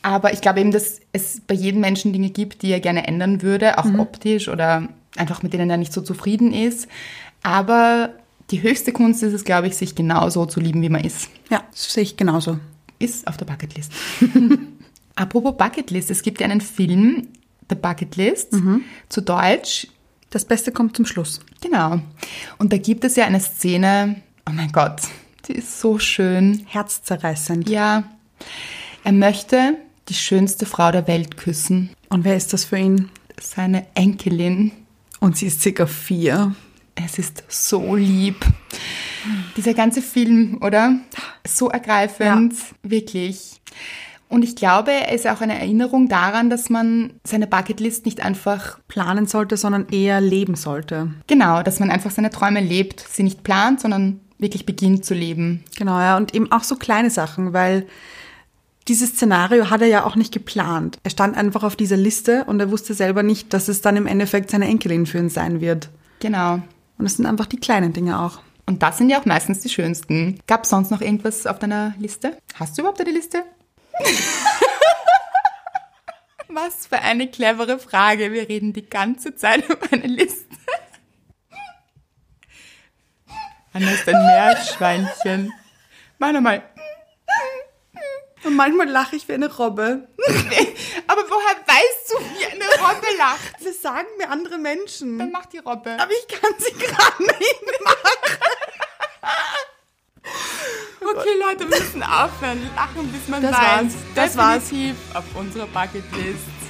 S1: Aber ich glaube eben, dass es bei jedem Menschen Dinge gibt, die er gerne ändern würde,
S2: Mhm.
S1: auch optisch oder einfach mit denen er nicht so zufrieden ist. Aber die höchste Kunst ist es, glaube ich, sich genauso zu lieben, wie man ist.
S2: Ja, das sehe ich genauso.
S1: Ist auf der Bucketlist. Apropos Bucketlist, es gibt ja einen Film, The Bucketlist, zu Deutsch,
S2: Das Beste kommt zum Schluss.
S1: genau. Und da gibt es ja eine Szene, oh mein Gott, die ist so schön.
S2: Herzzerreißend.
S1: Ja, er möchte die schönste Frau der Welt küssen,
S2: Und wer ist das für ihn?
S1: seine Enkelin.
S2: Und sie ist circa vier.
S1: Es ist so lieb. Dieser ganze Film, oder? So ergreifend, wirklich. Und ich glaube, er ist auch eine Erinnerung daran, dass man seine Bucketlist nicht einfach,
S2: Planen sollte, sondern eher leben sollte.
S1: genau, dass man einfach seine Träume lebt, sie nicht plant, sondern wirklich beginnt zu leben.
S2: Genau, ja. Und eben auch so kleine Sachen, weil dieses Szenario hat er ja auch nicht geplant. Er stand einfach auf dieser Liste und er wusste selber nicht, dass es dann im Endeffekt seine Enkelin für ihn sein wird.
S1: Genau.
S2: Und es sind einfach die kleinen Dinge auch.
S1: Und das sind ja auch meistens die schönsten. Gab sonst noch irgendwas auf deiner Liste? Hast du überhaupt eine Liste? Was für eine clevere Frage. Wir reden die ganze Zeit über eine Liste. Anna ist ein Meerschweinchen. Mach nochmal.
S2: Und manchmal lache ich wie eine Robbe.
S1: Aber woher weißt du, wie eine Robbe lacht?
S2: Das sagen mir andere Menschen.
S1: Dann mach die Robbe.
S2: Aber ich kann sie gerade nicht machen.
S1: Okay, Leute, wir müssen aufhören. Lachen, bis man
S2: Das
S1: weint.
S2: war's. Das war's.
S1: Definitiv auf unserer Bucketlist.